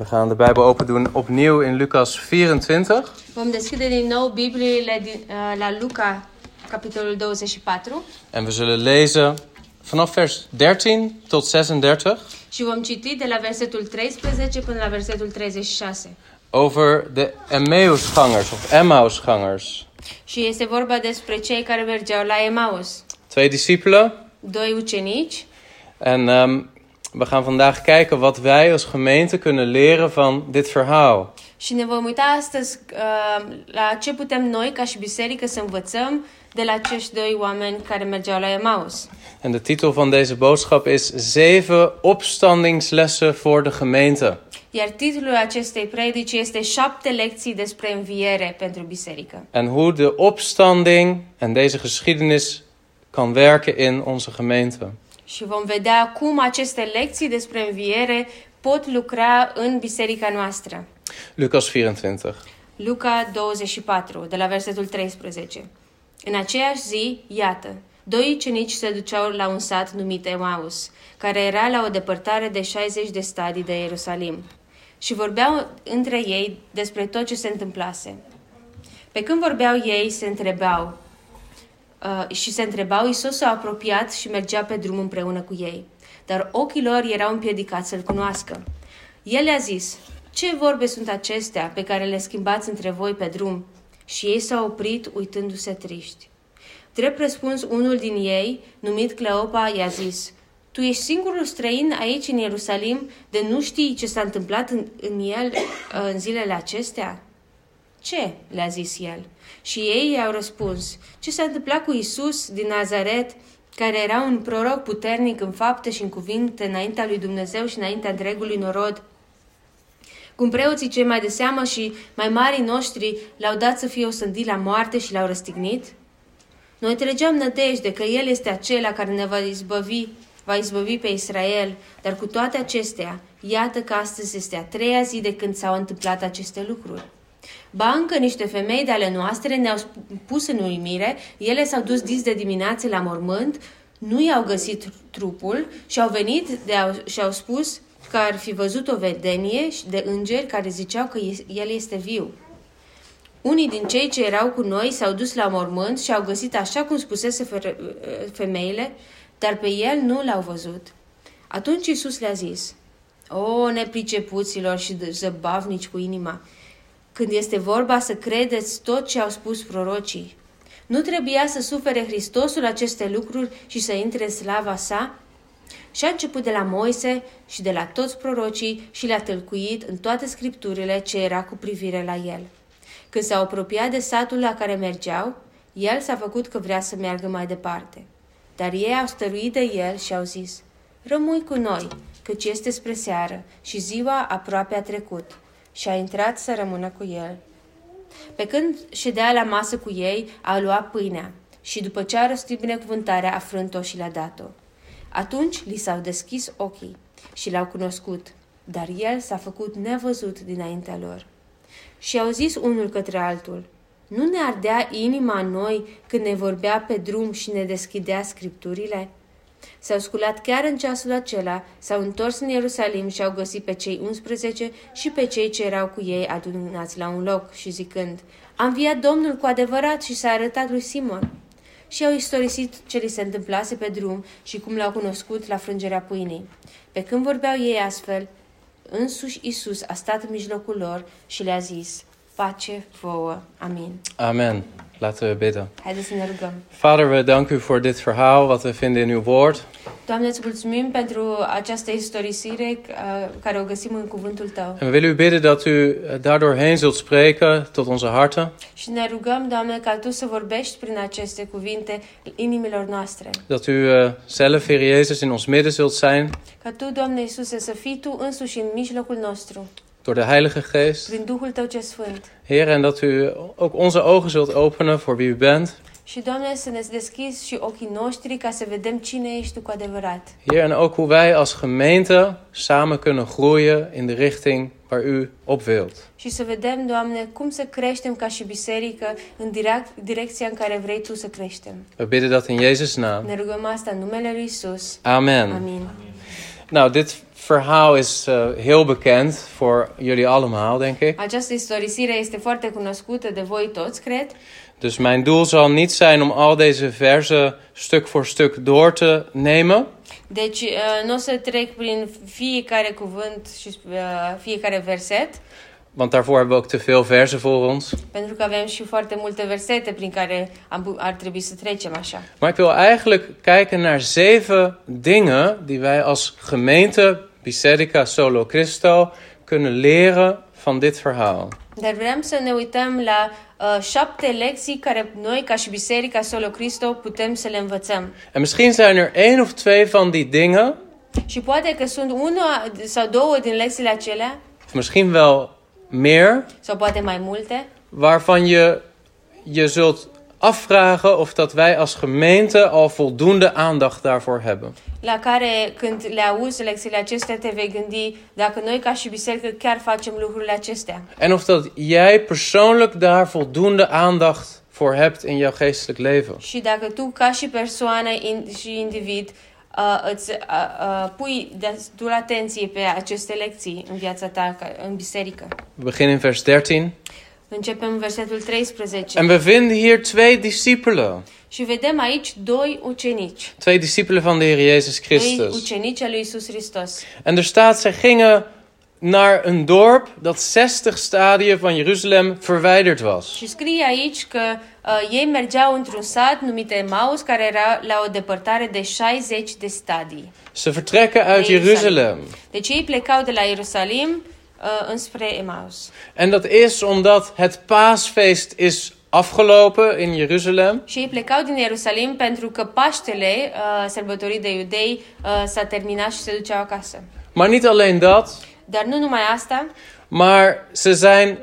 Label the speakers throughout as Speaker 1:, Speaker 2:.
Speaker 1: We gaan de Bijbel open doen opnieuw in Lucas 24.
Speaker 2: Vom deschide din nou Bibliile din, uh, la Luca, capitolul 24,
Speaker 1: En we zullen lezen vanaf vers 13 tot 36
Speaker 2: și vom citi de la versetul 13 până la versetul 36.
Speaker 1: over de Emmausgangers of Emmausgangers.
Speaker 2: Și este vorba despre cei care mergeau la Emaus,
Speaker 1: Twee discipelen.
Speaker 2: doi ucenici,
Speaker 1: En ehm, we gaan vandaag kijken wat wij als gemeente kunnen leren van dit verhaal.
Speaker 2: și ne vom uita astăzi uh, la ce putem noi, ca și biserică, să învățăm de la acești doi oameni care mergeau la Emaus.
Speaker 1: En de titel van deze boodschap is Zeven opstandingslessen voor de gemeente.
Speaker 2: Iar titlul acestei predici este șapte lecții despre înviere pentru biserică.
Speaker 1: En hoe de opstanding en deze geschiedenis kan werken in onze gemeente.
Speaker 2: Și vom vedea cum aceste lecții despre înviere pot lucra în biserica noastră.
Speaker 1: Lucas 24.
Speaker 2: Luca 24, de la versetul 13. În aceeași zi, iată, doi ucenici se duceau la un sat numit Emaus, care era la o depărtare de 60 de stadii de Ierusalim, și vorbeau între ei despre tot ce se întâmplase. Pe când vorbeau ei, se întrebau, Uh, și se întrebau, Isus s-a apropiat și mergea pe drum împreună cu ei. Dar ochii lor erau împiedicați să-L cunoască. El le-a zis, ce vorbe sunt acestea pe care le schimbați între voi pe drum? Și ei s-au oprit uitându-se triști. Drept răspuns, unul din ei, numit Cleopa, i-a zis, Tu ești singurul străin aici în Ierusalim de nu știi ce s-a întâmplat în, în el uh, în zilele acestea?" Ce? le-a zis el. Și ei i-au răspuns, ce s-a întâmplat cu Isus din Nazaret, care era un proroc puternic în fapte și în cuvinte înaintea lui Dumnezeu și înaintea întregului norod. Cum preoții cei mai de seamă și mai mari noștri l-au dat să fie osândit la moarte și l-au răstignit? Noi trăgeam nădejde că El este acela care ne va izbăvi, va izbăvi pe Israel, dar cu toate acestea, iată că astăzi este a treia zi de când s-au întâmplat aceste lucruri. Ba încă niște femei de ale noastre ne-au sp- pus în uimire, ele s-au dus dis de dimineață la mormânt, nu i-au găsit trupul și au venit de au, și au spus că ar fi văzut o vedenie și de îngeri care ziceau că e- el este viu. Unii din cei ce erau cu noi s-au dus la mormânt și au găsit așa cum spusese fe- femeile, dar pe el nu l-au văzut. Atunci Isus le-a zis, O, nepricepuților și zăbavnici cu inima, când este vorba să credeți tot ce au spus prorocii. Nu trebuia să sufere Hristosul aceste lucruri și să intre în slava sa? Și a început de la Moise și de la toți prorocii și le-a tâlcuit în toate scripturile ce era cu privire la el. Când s-a apropiat de satul la care mergeau, el s-a făcut că vrea să meargă mai departe. Dar ei au stăruit de el și au zis, Rămâi cu noi, căci este spre seară și ziua aproape a trecut. Și a intrat să rămână cu el. Pe când ședea la masă cu ei, a luat pâinea și după ce a rostit binecuvântarea, a frânt-o și le-a dat-o. Atunci li s-au deschis ochii și l-au cunoscut, dar el s-a făcut nevăzut dinaintea lor. Și au zis unul către altul, nu ne ardea inima în noi când ne vorbea pe drum și ne deschidea scripturile? S-au sculat chiar în ceasul acela, s-au întors în Ierusalim și au găsit pe cei 11 și pe cei ce erau cu ei adunați la un loc și zicând, A înviat Domnul cu adevărat și s-a arătat lui Simon. Și au istorisit ce li se întâmplase pe drum și cum l-au cunoscut la frângerea pâinii. Pe când vorbeau ei astfel, însuși Isus a stat în mijlocul lor și le-a zis, pace vouă, amin.
Speaker 1: Amen. Laten we bidden.
Speaker 2: Haideți să ne rugăm.
Speaker 1: Vader, we dank u voor dit verhaal wat we vinden in uw woord.
Speaker 2: Doamne, îți mulțumim pentru această istorisire uh, care o găsim în cuvântul Tău.
Speaker 1: En we willen u bidden dat u eh, daardoorheen zult spreken tot onze harten.
Speaker 2: Și ne rugăm, Doamne, ca Tu să vorbești prin aceste cuvinte inimilor noastre.
Speaker 1: Dat u eh, zelf, Heer Jezus, in ons midden zult zijn.
Speaker 2: Ca Tu, Doamne Iisuse, să fii Tu însuși în mijlocul nostru,
Speaker 1: Door de Heilige Geest.
Speaker 2: prin Duhul Tău ce Sfânt.
Speaker 1: Heer, en dat u ook onze ogen zult openen voor wie u bent.
Speaker 2: Și, Doamne, să ne deschizi și ochii noștri ca să vedem cine ești Tu cu adevărat.
Speaker 1: Heer, en ook hoe wij als gemeente samen kunnen groeien in de richting waar u op wilt.
Speaker 2: Și să vedem, Doamne, cum să creștem ca și biserică în direc- direcția în care vrei Tu să creștem.
Speaker 1: We bidden dat in Jezus' naam.
Speaker 2: Ne rugăm asta în numele Lui Isus.
Speaker 1: Amen.
Speaker 2: Amin.
Speaker 1: Nou, dit verhaal is eh, heel bekend voor jullie allemaal, denk ik.
Speaker 2: Această istorisire este foarte cunoscută de voi toți, cred,
Speaker 1: Dus mijn doel zal niet zijn om al deze versen stuk voor stuk door te nemen.
Speaker 2: deci uh, nu o să trec prin fiecare cuvânt și uh, fiecare verset,
Speaker 1: Want daarvoor hebben we ook te veel versen voor ons.
Speaker 2: pentru că avem și foarte multe versete prin care am, ar trebui să trecem așa.
Speaker 1: Maar ik wil eigenlijk kijken naar zeven dingen die wij als gemeente Biserica Solo Cristo kunnen leren van dit verhaal.
Speaker 2: Dar vrem să ne uităm la uh, șapte lecții care noi, ca și Biserica Solo Cristo, putem să le învățăm.
Speaker 1: En misschien zijn er één of twee van die dingen,
Speaker 2: Și poate că sunt una sau două din lecțiile acelea,
Speaker 1: of misschien wel meer,
Speaker 2: sau poate mai multe,
Speaker 1: waarvan je je zult afvragen of dat wij als gemeente al voldoende aandacht daarvoor hebben.
Speaker 2: la care când le auzi lecțiile acestea te vei gândi dacă noi ca și biserică chiar facem lucrurile acestea.
Speaker 1: En of dat jij persoonlijk daar voldoende aandacht voor hebt in jouw geestelijk leven.
Speaker 2: Și dacă tu ca și persoană in, și individ uh, îți uh, uh, pui destul atenție pe aceste lecții în viața ta ca, în biserică.
Speaker 1: We beginnen in vers 13.
Speaker 2: Începem versetul 13
Speaker 1: En we vinden hier twee discipelen.
Speaker 2: și vedem aici doi ucenici.
Speaker 1: Twee discipelen van de Heer Jezus
Speaker 2: Doi
Speaker 1: Christus.
Speaker 2: ucenici al lui Isus Hristos.
Speaker 1: En er staat, zij gingen naar een dorp dat 60 stadien van Jeruzalem verwijderd was.
Speaker 2: Și scrie aici că uh, ei mergeau într-un sat numit Emaus, care era la o depărtare de 60 de stadii.
Speaker 1: Ze vertrekken uit
Speaker 2: Nee, Jeruzalem.
Speaker 1: Jeruzalem.
Speaker 2: Deci ei plecau de la Ierusalim uh, înspre Emaus.
Speaker 1: En dat is omdat het paasfeest is afgelopen in Jeruzalem.
Speaker 2: Și ei plecau din Ierusalim pentru că Paștele, uh, sărbătorit de iudei, uh, s-a terminat și se duceau acasă.
Speaker 1: Maar niet alleen dat,
Speaker 2: Dar nu numai asta,
Speaker 1: maar ze zijn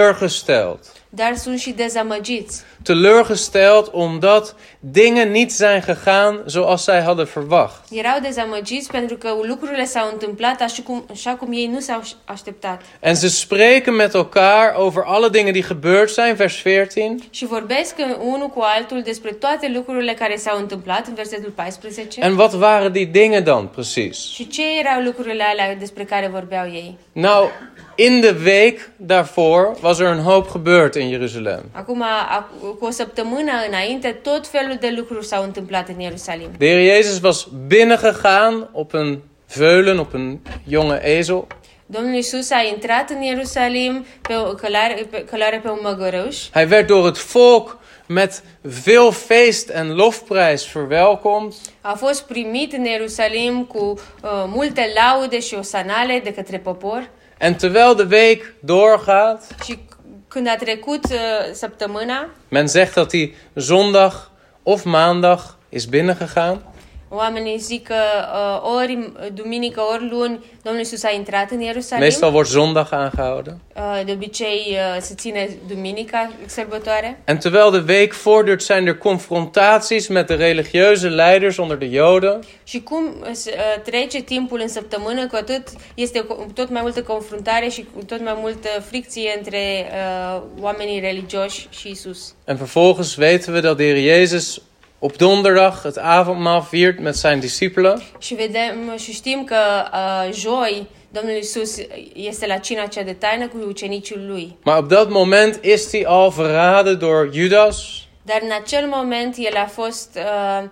Speaker 1: teleurgesteld.
Speaker 2: dar sunt și dezamăgiți.
Speaker 1: Teleurgesteld omdat dingen niet zijn gegaan zoals zij hadden verwacht.
Speaker 2: Erau dezamăgiți pentru că lucrurile s-au întâmplat așa cum, așa cum ei nu s-au aș- așteptat.
Speaker 1: En ze spreken met elkaar over alle dingen die gebeurd zijn, vers 14.
Speaker 2: Și vorbesc în- unul cu altul despre toate lucrurile care s-au întâmplat în versetul 14.
Speaker 1: En wat waren die dingen dan precies?
Speaker 2: și ce erau lucrurile alea despre care vorbeau ei?
Speaker 1: Nou, in de week daarvoor was er een hoop gebeurd in Jeruzalem.
Speaker 2: Acum, ac- cu o săptămână înainte, tot felul de lucruri s-au întâmplat în Ierusalim.
Speaker 1: De Heer Jezus was binnengegaan op een veulen, op een jonge ezel.
Speaker 2: Domnul Isus a intrat în Ierusalim pe o călare pe, călare pe un măgăruș
Speaker 1: Hij werd door het volk met veel feest en lofprijs verwelkomd.
Speaker 2: a fost primit în Ierusalim cu uh, multe laude și osanale de către popor
Speaker 1: En terwijl de week doorgaat,
Speaker 2: și c- când a trecut uh, săptămâna,
Speaker 1: men zegt dat hij zondag of maandag is binnengegaan.
Speaker 2: oamenii zic că uh, ori duminică, ori luni, Domnul Isus a intrat în Ierusalim.
Speaker 1: Meestal wordt zondag aangehouden.
Speaker 2: Uh, De obicei uh, se ține duminica sărbătoare
Speaker 1: En terwijl de week voortduurt, zijn er confrontaties met de religieuze leiders onder de Joden.
Speaker 2: și cum uh, s- uh, trece timpul în săptămână, cu atât este cu tot mai multă confruntare și cu tot mai multă fricție între uh, oamenii religioși și Isus.
Speaker 1: En vervolgens weten we dat de Heer Jezus op donderdag het avondmaal viert met zijn discipelen.
Speaker 2: Și vedem și știm că uh, joi Domnul Isus este la cina cea de taină cu ucenicii lui.
Speaker 1: Maar op dat moment is hij al verraden door Judas.
Speaker 2: Dar în acel moment el a fost uh,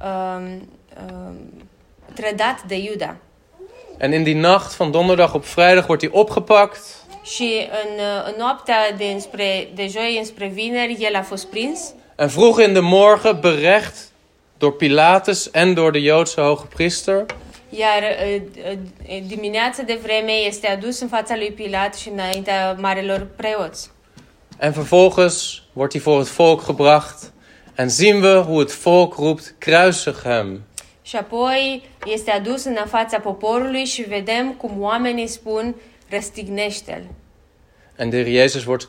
Speaker 2: uh, uh, trădat de Iuda.
Speaker 1: En in die nacht van donderdag op vrijdag wordt hij opgepakt.
Speaker 2: Și în, uh, în noaptea de, înspre, de joi înspre vineri, el a fost prins
Speaker 1: En vroeg in de morgen berecht door Pilatus en door de Joodse hoge priester.
Speaker 2: iar uh, uh, dimineața de vreme este adus în fața lui Pilat și înaintea marelor preoți.
Speaker 1: En vervolgens wordt hij voor het volk gebracht. En zien we hoe het volk roept: kruisig hem.
Speaker 2: Și apoi este adus în fața poporului și vedem cum oamenii spun răstignește-l.
Speaker 1: En de heer Jezus wordt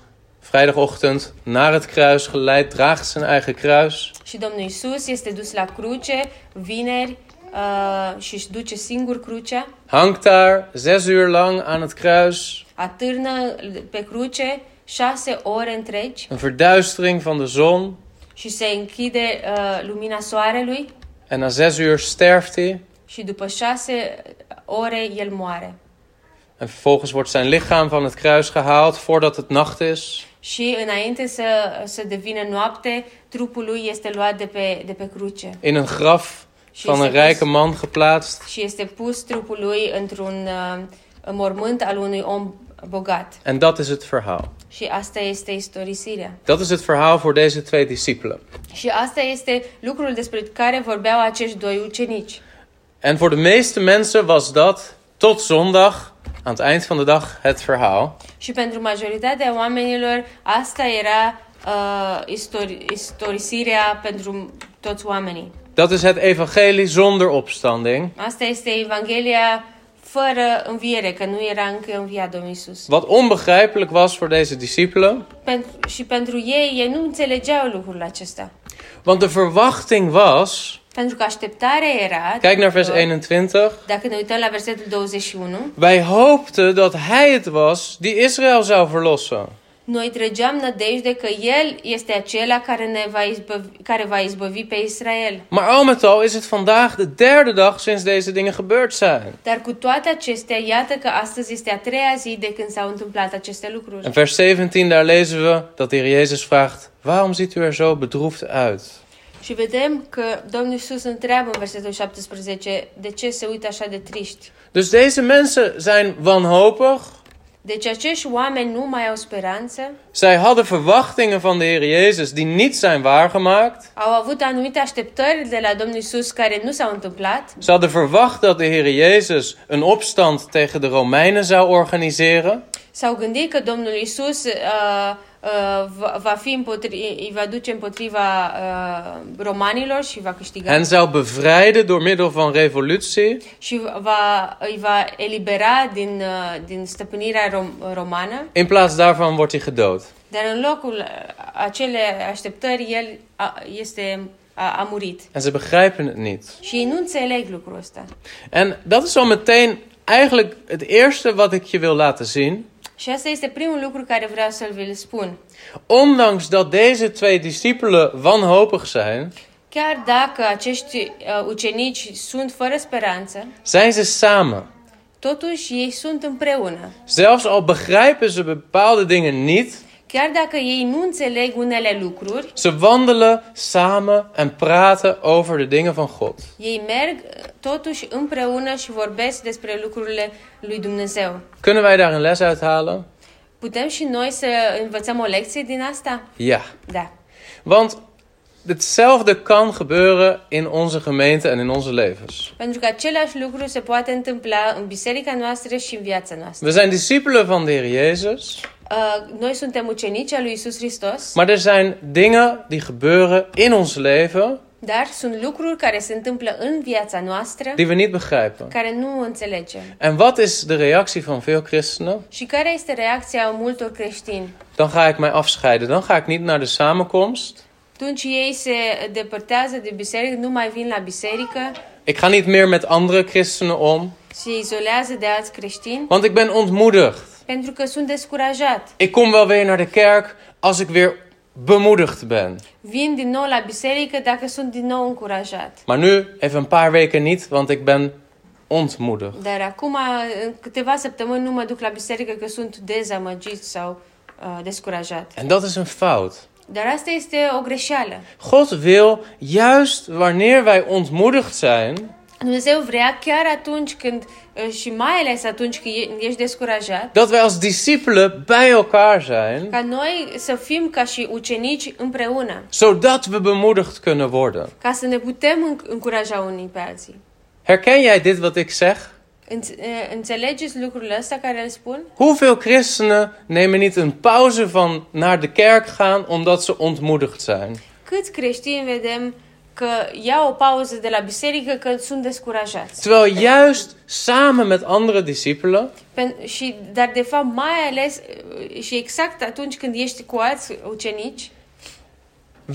Speaker 1: vrijdagochtend naar het kruis geleid, draagt zijn eigen kruis.
Speaker 2: Și Domnul Isus este dus la cruce vineri uh, și își duce singur crucea,
Speaker 1: Hangt daar zes uur lang aan het kruis.
Speaker 2: atârnă pe cruce șase ore întregi
Speaker 1: Een verduistering van de zon.
Speaker 2: și se închide uh, lumina soarelui
Speaker 1: En na zes uur sterft hij.
Speaker 2: și după șase ore el moare.
Speaker 1: En vervolgens wordt zijn lichaam van het kruis gehaald voordat het nacht is.
Speaker 2: Și înainte să, să devină noapte, trupul lui este luat de pe, de pe cruce.
Speaker 1: In een graf van een rijke man geplaatst.
Speaker 2: Și este pus trupul lui într-un uh, mormânt al unui om bogat.
Speaker 1: En dat is het verhaal.
Speaker 2: Și asta este istorisirea.
Speaker 1: Dat is het verhaal voor deze twee discipelen.
Speaker 2: Și asta este lucrul despre care vorbeau acești doi ucenici.
Speaker 1: En voor de meeste mensen was dat tot zondag, aan het eind van de dag, het verhaal.
Speaker 2: Și pentru majoritatea oamenilor, asta era uh, istor- istorisirea pentru toți oamenii.
Speaker 1: Dat is het evangelie zonder opstanding.
Speaker 2: Asta este Evanghelia fără înviere, că nu era încă înviat Domnul Iisus.
Speaker 1: Wat onbegrijpelijk was voor deze discipelen.
Speaker 2: Pentru, și pentru ei, ei nu înțelegeau lucrul acesta.
Speaker 1: Want de verwachting was,
Speaker 2: Pentru că așteptarea era...
Speaker 1: kijk naar vers 21.
Speaker 2: Dacă ne uităm la versetul 21,
Speaker 1: Wij hoopten dat hij het was die Israël zou verlossen.
Speaker 2: noi trăgeam nădejde că El este acela care, ne va, izbăvi, care va izbăvi pe Israel.
Speaker 1: Maar al met al is het vandaag de derde dag sinds deze dingen gebeurd zijn.
Speaker 2: Dar cu toate acestea, iată că astăzi este a treia zi de când s-au întâmplat aceste lucruri.
Speaker 1: En vers 17, daar lezen we dat de Heer Jezus vraagt: Waarom ziet u er zo bedroefd uit?
Speaker 2: Și vedem că Domnul Iisus întreabă în versetul 17 de ce se uită așa de triști.
Speaker 1: Dus deze mensen zijn wanhopig.
Speaker 2: Deci acești oameni nu mai au speranță,
Speaker 1: Zij hadden verwachtingen van de Heer Jezus die niet zijn waargemaakt.
Speaker 2: au avut anumite așteptări de la Domnul Iisus care nu s-au întâmplat,
Speaker 1: Ze hadden verwacht dat de Heer Jezus een opstand tegen de Romeinen zou organiseren.
Speaker 2: s-au gândit că Domnul Iisus uh, uh, va- va fi împotri- îi va duce împotriva uh, romanilor și va câștiga
Speaker 1: Hen zou bevrijden door middel van revolutie.
Speaker 2: și va, îi va elibera din, uh, din stăpânirea rom- romană.
Speaker 1: In plaats daarvan wordt hij gedood.
Speaker 2: Dar în locul uh, acele așteptări, el a, este, a, a murit.
Speaker 1: En ze begrijpen het niet.
Speaker 2: Și ei nu înțeleg lucrul ăsta.
Speaker 1: En dat is al meteen eigenlijk het eerste wat ik je wil laten zien.
Speaker 2: Și asta este primul lucru care vreau să-l vi-l spun.
Speaker 1: Ondanks dat deze twee discipelen wanhopig zijn,
Speaker 2: Chiar dacă acești uh, ucenici sunt fără speranță,
Speaker 1: zijn ze samen.
Speaker 2: totuși ei sunt împreună.
Speaker 1: Zelfs al begrijpen ze bepaalde dingen niet,
Speaker 2: Chiar dacă ei nu înțeleg unele lucruri,
Speaker 1: ze wandelen samen en praten over de dingen van God.
Speaker 2: ei merg uh, totuși împreună și vorbesc despre lucrurile lui Dumnezeu.
Speaker 1: Kunnen wij daar een les uit halen?
Speaker 2: Putem și noi să învățăm o lecție din asta?
Speaker 1: Ja.
Speaker 2: Da.
Speaker 1: Want hetzelfde kan gebeuren in onze gemeente en in onze levens.
Speaker 2: Pentru că același lucru se poate întâmpla în biserica noastră și în viața noastră.
Speaker 1: We zijn discipelen van de Heer Jezus,
Speaker 2: Uh, noi suntem ucenici al lui Isus Hristos,
Speaker 1: maar er zijn dingen die gebeuren in ons leven
Speaker 2: dar sunt lucruri care se întâmplă în viața noastră
Speaker 1: die we niet begrijpen.
Speaker 2: care nu o înțelegem.
Speaker 1: En wat is de reactie van veel christenen?
Speaker 2: Și care este reacția multor creștini?
Speaker 1: Dan ga ik mij afscheiden, dan ga ik niet naar de samenkomst.
Speaker 2: Atunci ei se depărtează de biserică, nu mai vin la biserică,
Speaker 1: Ik ga niet meer met andere christenen om,
Speaker 2: se izolează de alți creștini
Speaker 1: want ik ben ontmoedigd.
Speaker 2: pentru că sunt descurajat.
Speaker 1: Ik kom wel weer naar de kerk als ik weer bemoedigd ben.
Speaker 2: Vin din nou la biserică dacă sunt din nou încurajat.
Speaker 1: Maar nu even een paar weken niet, want ik ben ontmoedigd.
Speaker 2: Dar acum, în câteva săptămâni, nu mă duc la biserică că sunt dezamăgit sau uh, descurajat.
Speaker 1: En dat is een fout.
Speaker 2: Dar asta este o greșeală.
Speaker 1: God wil juist wanneer wij ontmoedigd zijn,
Speaker 2: Dumnezeu vrea chiar atunci când, uh, și mai ales atunci când e- ești descurajat,
Speaker 1: dat wij als discipelen bij elkaar zijn,
Speaker 2: ca noi să fim ca și ucenici împreună,
Speaker 1: zodat we bemoedigd kunnen worden.
Speaker 2: ca să ne putem înc- încuraja unii pe alții.
Speaker 1: Herken jij dit wat ik zeg?
Speaker 2: Înț- uh, Înțelegeți lucrul ăsta care îl spun?
Speaker 1: Hoeveel christenen nemen niet een pauze van naar de kerk gaan omdat ze ontmoedigd zijn?
Speaker 2: Câți creștini vedem că iau o pauză de la biserică că sunt descurajați.
Speaker 1: Terwijl juist samen met andere discipelen
Speaker 2: Pen- și, dar de fapt mai ales uh, și exact atunci când ești cu alți ucenici,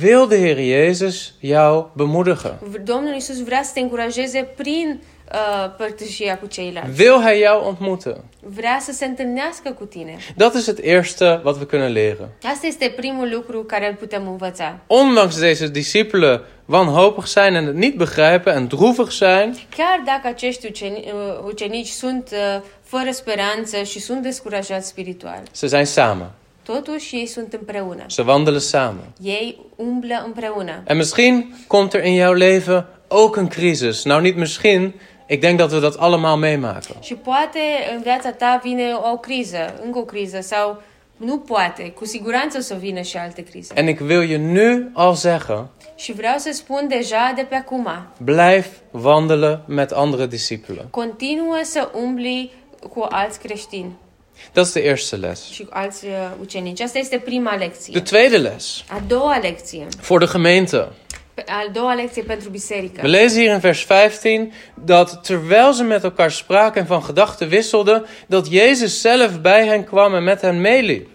Speaker 1: wil de Heer Jezus jou bemoedigen?
Speaker 2: V- Domnul Iisus vrea să te încurajeze prin uh, părtășia cu ceilalți.
Speaker 1: Wil Hij jou ontmoeten?
Speaker 2: Vrea să se întâlnească cu tine.
Speaker 1: Dat is het eerste wat we kunnen leren.
Speaker 2: Asta este primul lucru care îl putem învăța.
Speaker 1: Ondanks deze discipelen wanhopig zijn en het niet begrijpen en droevig zijn,
Speaker 2: Chiar dacă acești uceni- uh, ucenici sunt uh, fără speranță și sunt descurajați spiritual,
Speaker 1: ze zijn samen.
Speaker 2: totuși ei sunt împreună.
Speaker 1: Ze wandelen samen.
Speaker 2: Ei umblă împreună.
Speaker 1: En misschien komt er in jouw leven ook een crisis. Nou, niet misschien. Ik denk dat we dat allemaal meemaken.
Speaker 2: Și poate în viața ta vine o criză, încă o criză sau nu poate, cu siguranță o să vină și alte crize.
Speaker 1: En ik wil je nu al zeggen:
Speaker 2: Și vreau să spun deja de pe acum,
Speaker 1: blijf wandelen met andere discipelen.
Speaker 2: continuă să umbli cu alți creștini
Speaker 1: Dat is de eerste les.
Speaker 2: și cu alți uh, ucenici. Asta este prima lecție.
Speaker 1: De tweede les
Speaker 2: A doua lecție.
Speaker 1: voor de gemeente.
Speaker 2: Pe- A doua lecție pentru
Speaker 1: We
Speaker 2: biserică.
Speaker 1: lezen hier in vers 15 dat terwijl ze met elkaar spraken en van gedachten wisselden, dat Jezus zelf bij hen kwam en met hen meeliep.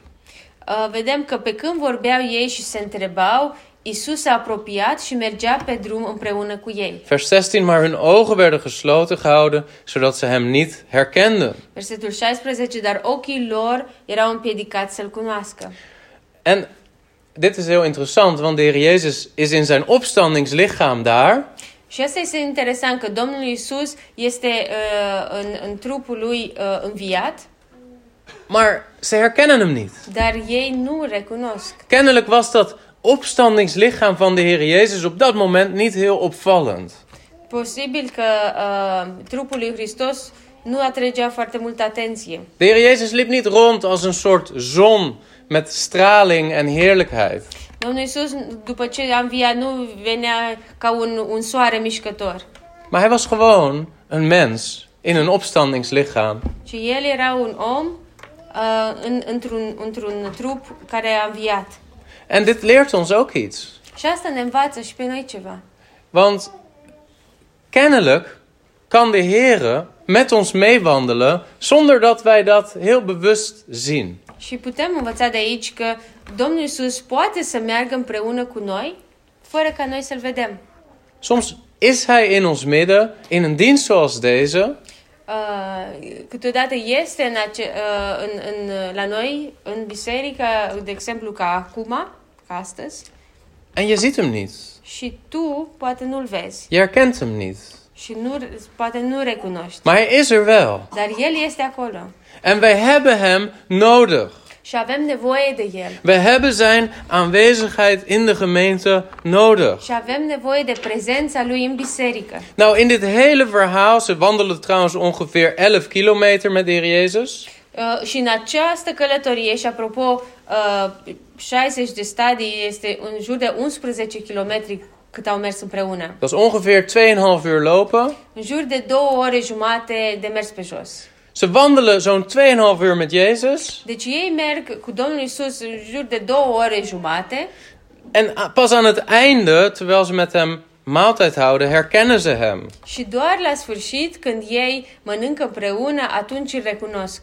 Speaker 2: Uh, Vedem că pe când vorbeau ei și se întrebau, Isus s-a apropiat și mergea pe drum împreună cu ei.
Speaker 1: Vers 16, maar hun ogen werden gesloten gehouden, zodat ze hem niet herkenden.
Speaker 2: Versetul 16, dar ochii lor erau împiedicați să-l cunoască.
Speaker 1: En dit is heel interessant, want de Heer Jezus is in zijn opstandingslichaam daar.
Speaker 2: Și asta este interesant că Domnul Isus este uh, în, în trupul lui uh, înviat,
Speaker 1: Maar ze herkennen hem niet.
Speaker 2: dar ei nu îl recunosc.
Speaker 1: Kennelijk was dat opstandingslichaam van de Heer Jezus op dat moment niet heel opvallend.
Speaker 2: Posibil că uh, trupul lui Hristos nu atragea foarte multă atenție.
Speaker 1: De Heer Jezus liep niet rond als een soort zon met straling en heerlijkheid.
Speaker 2: Domnul Isus, după ce a înviat, nu venea ca un, un soare mișcător,
Speaker 1: Maar hij was gewoon een mens in een opstandingslichaam.
Speaker 2: ci el era un om uh, în, într-un, într-un trup care a înviat.
Speaker 1: En dit leert ons ook iets.
Speaker 2: Și asta ne învață și pe noi ceva.
Speaker 1: Want kennelijk kan de Heer met ons meewandelen zonder dat wij dat heel bewust zien.
Speaker 2: Și putem învăța de aici că Domnul Isus poate să meargă împreună cu noi, fără ca noi să-L vedem.
Speaker 1: Soms is Hij in ons midden, in een dienst zoals deze,
Speaker 2: Uh, câteodată este în ace- uh, în, în, uh, la noi, în biserică, de exemplu ca acum, ca astăzi,
Speaker 1: en je ziet Hem niet.
Speaker 2: și tu poate nu-L vezi
Speaker 1: Je herkent Hem niet.
Speaker 2: și nu, poate nu recunoști.
Speaker 1: Maar Hij is er wel.
Speaker 2: Dar El este acolo
Speaker 1: En wij hebben Hem nodig.
Speaker 2: și avem nevoie de El
Speaker 1: We hebben Zijn aanwezigheid in de gemeente nodig.
Speaker 2: și avem nevoie de prezența Lui în biserică.
Speaker 1: Nou, in dit hele verhaal, ze wandelden trouwens ongeveer 11 kilometer met de Heer Jezus.
Speaker 2: Uh, și în această călătorie, și apropo, uh, 60 de stadii este în jur de 11 km cât au mers împreună.
Speaker 1: Dat is ongeveer 2,5 uur lopen.
Speaker 2: În jur de două ore jumate de mers pe jos.
Speaker 1: Ze wandelen zo'n 2,5 uur met Jezus.
Speaker 2: Deci ei merg cu Domnul Isus în jur de două ore jumate
Speaker 1: En a- pas aan het einde, terwijl ze met hem maaltijd houden, herkennen ze hem.
Speaker 2: și doar la sfârșit, când ei mănâncă împreună, atunci îl recunosc.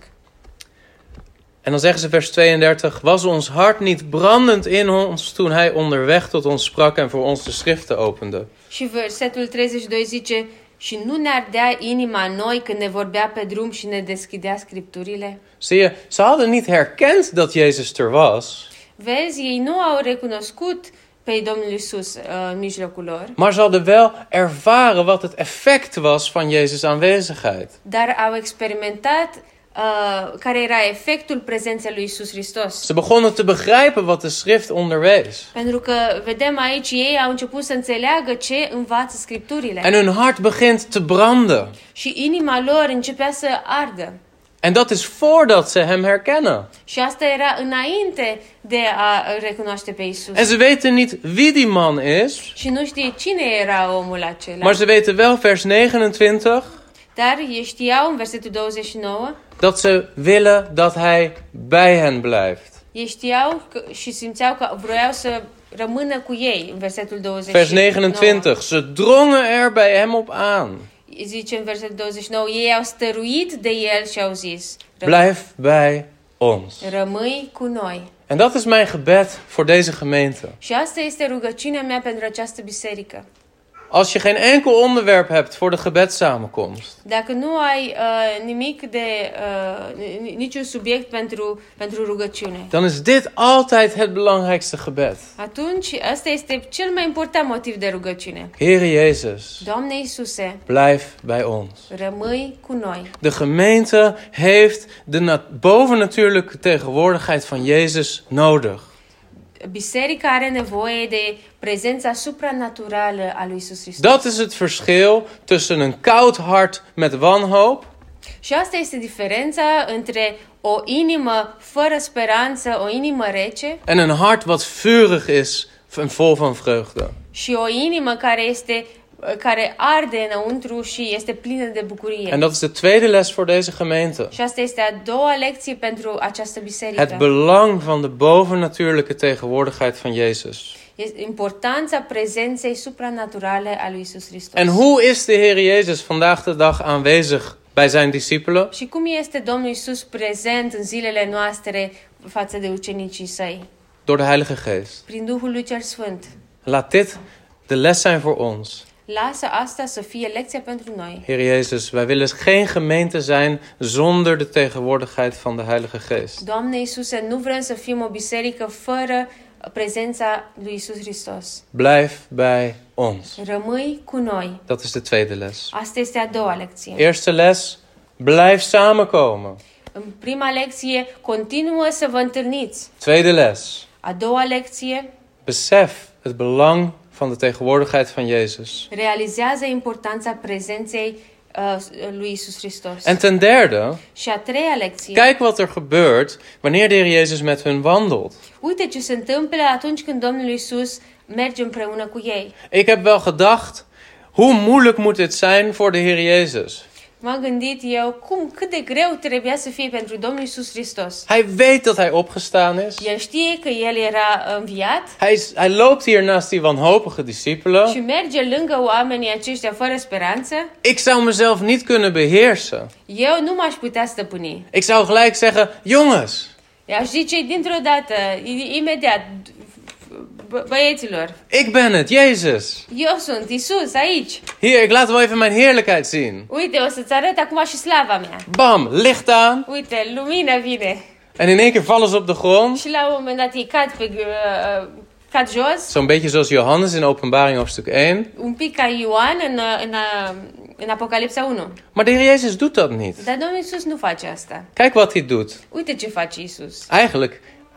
Speaker 1: En dan zeggen ze vers 32: Was ons hart niet brandend in ons toen hij onderweg tot ons sprak en voor ons de schriften opende?
Speaker 2: Și versetul 32 zice, și nu ne ardea inima în noi când ne vorbea pe drum și ne deschidea scripturile?
Speaker 1: Zie je, ze hadden niet herkend dat Jezus er was,
Speaker 2: Vezi, ei nu au recunoscut pe Domnul Isus uh, în mijlocul lor,
Speaker 1: maar ze hadden wel ervaren wat het effect was van Jezus' aanwezigheid.
Speaker 2: dar au experimentat uh, care era efectul prezenței lui Isus Hristos.
Speaker 1: Ze begonnen te begrijpen wat de schrift onderwees.
Speaker 2: Pentru că vedem aici, ei au început să înțeleagă ce învață scripturile
Speaker 1: En hun hart begint te branden.
Speaker 2: și inima lor începea să ardă.
Speaker 1: En dat is voordat ze hem herkennen.
Speaker 2: Și asta era înainte de a îl recunoaște pe Isus.
Speaker 1: En ze weten niet wie die man is,
Speaker 2: Și nu știe cine era omul acela.
Speaker 1: maar ze weten wel, vers 29,
Speaker 2: Dar ei știau în versetul 29,
Speaker 1: dat ze willen dat hij bij hen blijft.
Speaker 2: ei știau că, și simțeau că vroiau să rămână cu ei în versetul
Speaker 1: Vers
Speaker 2: 29.
Speaker 1: 29, ze drongen er bij hem op aan.
Speaker 2: Zice în versetul 29, ei au stăruit de el și au zis, "Ră-
Speaker 1: Blijf bij ons.
Speaker 2: rămâi cu noi.
Speaker 1: En dat is mijn gebed voor deze gemeente.
Speaker 2: Și asta este rugăciunea mea pentru această biserică.
Speaker 1: Als je geen enkel onderwerp hebt voor de gebedssamenkomst,
Speaker 2: Dacă nu ai uh, nimic de uh, ni- ni- niciun subiect pentru, pentru rugăciune,
Speaker 1: dan is dit altijd het belangrijkste gebed.
Speaker 2: atunci asta este cel mai important motiv de rugăciune.
Speaker 1: Heere Jezus,
Speaker 2: Doamne Iisuse,
Speaker 1: blijf bij ons.
Speaker 2: rămâi cu noi.
Speaker 1: De gemeente heeft de nat- bovennatuurlijke tegenwoordigheid van Jezus nodig.
Speaker 2: Biserica are nevoie de prezența supranaturală a lui Isus Hristos.
Speaker 1: Dat is het verschil tussen een koud hart met wanhoop
Speaker 2: Și asta este diferența între o inimă fără speranță, o inimă rece
Speaker 1: en een hart wat vurig is en vol van vreugde.
Speaker 2: și o inimă care este care arde înăuntru și este plină de bucurie.
Speaker 1: En dat is de tweede les voor deze gemeente.
Speaker 2: Și asta este a doua lecție pentru această biserică.
Speaker 1: Het belang van de bovennatuurlijke tegenwoordigheid van Jezus.
Speaker 2: Este importanța prezenței supranaturale a lui Isus Hristos.
Speaker 1: En hoe is de Heer Jezus vandaag de dag aanwezig bij zijn discipelen?
Speaker 2: Și cum este Domnul Isus prezent în zilele noastre față de ucenicii săi?
Speaker 1: Door de Heilige Geest.
Speaker 2: Prin Duhul lui Cel Sfânt.
Speaker 1: Laat dit de les zijn voor ons.
Speaker 2: Lasă asta să fie lecția pentru noi.
Speaker 1: Heer Jezus, wij willen geen gemeente zijn zonder de tegenwoordigheid van de Heilige Geest.
Speaker 2: Doamne Iisuse, nu vrem să fim o biserică fără prezența lui Isus Hristos.
Speaker 1: Blijf bij ons.
Speaker 2: Rămâi cu noi.
Speaker 1: Dat is de tweede les.
Speaker 2: Asta este a doua lecție.
Speaker 1: Eerste les, blijf samenkomen.
Speaker 2: În prima lecție, continuă să vă întâlniți.
Speaker 1: Tweede les,
Speaker 2: A doua lecție,
Speaker 1: besef het belang van de tegenwoordigheid van Jezus.
Speaker 2: realizează importanța prezenței uh, lui Isus Hristos.
Speaker 1: En ten derde,
Speaker 2: Și a treia lecție,
Speaker 1: kijk wat er gebeurt wanneer de Heer Jezus met hun wandelt.
Speaker 2: uite ce se întâmplă atunci când Domnul Isus merge împreună cu ei.
Speaker 1: Ik heb wel gedacht, hoe moeilijk moet dit zijn voor de Heer Jezus?
Speaker 2: M-am gândit eu cum cât de greu trebuia să fie pentru Domnul Isus Hristos.
Speaker 1: Hij weet dat hij opgestaan is.
Speaker 2: El știe că el era înviat
Speaker 1: Hij, is- hij loopt hier naast die wanhopige
Speaker 2: și
Speaker 1: discipelen.
Speaker 2: merge lângă oamenii aceștia fără speranță.
Speaker 1: Ik zou mezelf niet kunnen beheersen.
Speaker 2: Eu nu m-aș putea stăpâni.
Speaker 1: Ik zou gelijk zeggen: jongens,
Speaker 2: I-aș zice dintr-o dată, i- imediat, bă- băieților,
Speaker 1: ik ben het, Jezus.
Speaker 2: eu sunt Isus aici.
Speaker 1: Hier, ik laat wel even mijn heerlijkheid zien.
Speaker 2: Uite, o să-ți arăt acum și slava mea.
Speaker 1: Bam, licht aan.
Speaker 2: Uite, lumina vine.
Speaker 1: En in één keer vallen ze op de grond.
Speaker 2: Și la un moment dat ei cad, pe, uh, cad jos,
Speaker 1: Zo'n beetje zoals Johannes in Openbaring hoofdstuk 1.
Speaker 2: un pic ca Ioan în, uh, în, uh, în Apocalipsa 1.
Speaker 1: Maar de Heer Jezus doet dat niet.
Speaker 2: Dar Domnul Isus nu face asta.
Speaker 1: Kijk wat hij doet.
Speaker 2: Uite ce face Isus.
Speaker 1: Eigenlijk,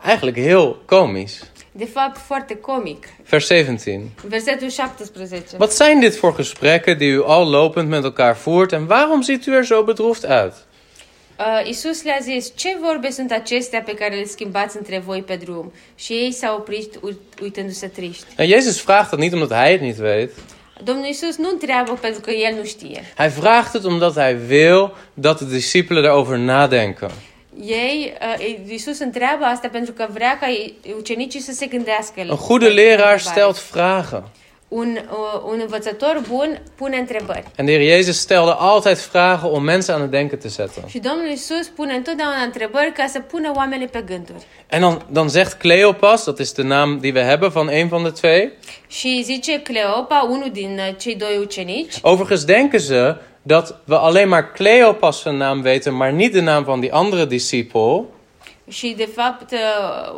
Speaker 1: eigenlijk heel komisch.
Speaker 2: De fapt, foarte comic.
Speaker 1: Vers 17.
Speaker 2: Versetul 17.
Speaker 1: Wat zijn dit voor gesprekken die u al lopend met elkaar voert en waarom ziet u er zo bedroefd uit?
Speaker 2: Uh, Isus le-a zis, ce vorbe sunt acestea pe care le schimbați între voi pe drum? Și ei s-au oprit uit- uitându-se triști.
Speaker 1: Nou, Jezus vraagt dat niet omdat hij het niet weet.
Speaker 2: Domnul Isus nu întreabă pentru că el nu știe.
Speaker 1: Hij vraagt het omdat hij wil dat de discipelen daarover nadenken.
Speaker 2: Ei, uh, Isus întreabă asta pentru că vrea ca ei- ucenicii să se gândească. la-
Speaker 1: Een goede
Speaker 2: la
Speaker 1: leraar
Speaker 2: întrebare.
Speaker 1: stelt vragen.
Speaker 2: Un, uh, un învățător bun pune întrebări.
Speaker 1: En de Heer Jezus stelde altijd vragen om mensen aan het denken te zetten.
Speaker 2: Și Domnul Isus pune întotdeauna întrebări ca să pună oamenii pe gânduri.
Speaker 1: En dan, dan zegt Cleopas, dat is de naam die we hebben van een van de twee.
Speaker 2: Și zice Cleopa, unul din uh, cei doi ucenici,
Speaker 1: Overigens denken ze dat we alleen maar Cleopas zijn naam weten, maar niet de naam van die andere discipel.
Speaker 2: Și de fapt uh,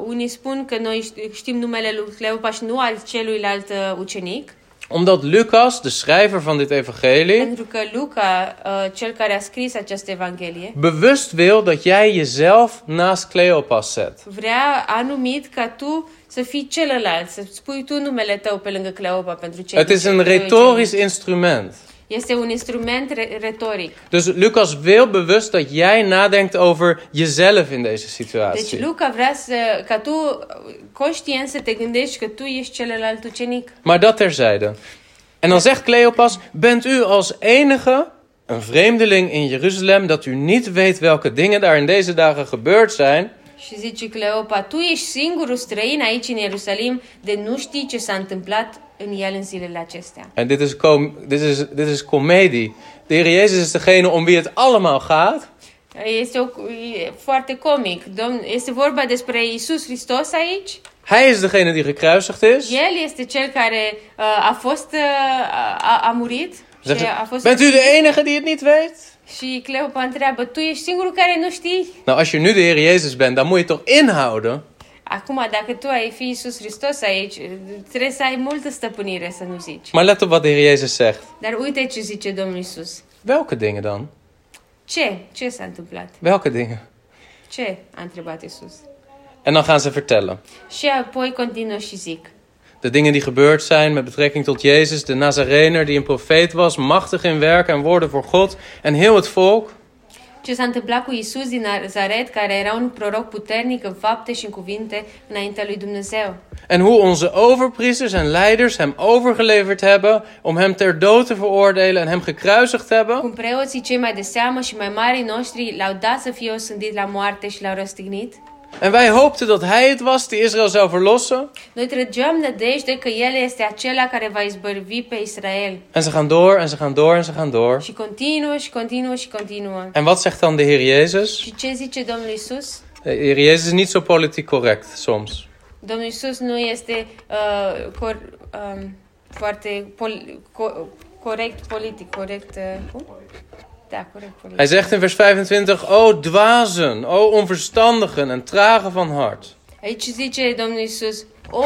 Speaker 2: unii spun că noi ști- știm numele lui Cleopa și nu al celuilalt uh, ucenic,
Speaker 1: Omdat Lucas, de schrijver van dit evangelie,
Speaker 2: pentru că Luca, uh, cel care a scris această evanghelie,
Speaker 1: bewust wil dat jij jezelf naast Cleopas zet.
Speaker 2: vrea a numit ca tu să fii celălalt, să spui tu numele tău pe lângă Cleopa pentru cei
Speaker 1: Het is
Speaker 2: doi
Speaker 1: een
Speaker 2: ucenici.
Speaker 1: retorisch instrument.
Speaker 2: Este un instrument re- retoric.
Speaker 1: Dus Lucas wil bewust dat jij nadenkt over jezelf in deze
Speaker 2: Deci
Speaker 1: situatie.
Speaker 2: Luca vrea să, ca tu uh, conștient să te gândești că tu ești celălalt ucenic.
Speaker 1: Maar dat terzijde. En dan zegt Cleopas: Bent u als enige een vreemdeling in Jeruzalem dat u niet weet welke dingen daar in deze dagen gebeurd zijn?
Speaker 2: Și zice Cleopa, tu ești singurul străin aici în Ierusalim de nu știi ce s-a întâmplat în el în zilele acestea.
Speaker 1: En dit is, com dit is, dit is comedie. De Heer Jezus is degene om wie het allemaal gaat.
Speaker 2: Este o, e foarte comic. Domn, este vorba despre Isus Hristos aici.
Speaker 1: Hij is degene die gekruisigd is.
Speaker 2: El este cel care uh, a fost uh, a, a murit
Speaker 1: Zegt
Speaker 2: și
Speaker 1: hij,
Speaker 2: a fost
Speaker 1: Bent u de enige die het niet weet?
Speaker 2: Și Cleopa întreabă, tu ești singurul care nu știi?
Speaker 1: Nou, als je nu de Heer Jezus bent, dan moet je toch inhouden
Speaker 2: Acum, dacă tu ai fi Isus Hristos aici, trebuie să ai multă stăpânire să nu zici.
Speaker 1: Maar let op wat de Heer Jezus zegt.
Speaker 2: Dar uite ce zice Domnul Isus.
Speaker 1: Welke dingen dan?
Speaker 2: Ce? Ce s-a întâmplat?
Speaker 1: Welke dingen?
Speaker 2: Ce? A întrebat Isus.
Speaker 1: En dan gaan ze vertellen.
Speaker 2: Și apoi continuă și zic.
Speaker 1: De dingen die gebeurd zijn met betrekking tot Jezus, de Nazarener die een profeet was, machtig in werk en woorden voor God en heel het volk.
Speaker 2: Ce s-a întâmplat cu Isus din Nazaret, care era un proroc puternic în fapte și în cuvinte înaintea lui Dumnezeu.
Speaker 1: En hoe onze overpriesters en leiders hem overgeleverd hebben om hem ter dood te veroordelen en hem gekruisigd hebben.
Speaker 2: Cum preoții cei mai de seamă și mai mari noștri l-au dat să fie osândit la moarte și l-au răstignit?
Speaker 1: En wij hoopten dat hij het was die Israël zou verlossen.
Speaker 2: Noi trăgeam nădejde că El este acela care va izbăvi pe Israel.
Speaker 1: En ze gaan door en ze gaan door en ze gaan door.
Speaker 2: Și continuă și continuă și continuă.
Speaker 1: En wat zegt dan de Heer Jezus?
Speaker 2: Și ce zice Domnul Isus?
Speaker 1: De Heer Jezus is niet zo politiek correct soms.
Speaker 2: Domnul Isus nu este uh, cor, uh, foarte pol, co, corect politic, corect. Uh, cum? Da, corect
Speaker 1: Hij
Speaker 2: politic.
Speaker 1: zegt in vers 25: O dwazen, o onverstandigen en tragen van hart.
Speaker 2: Aici zice Domnul Isus, o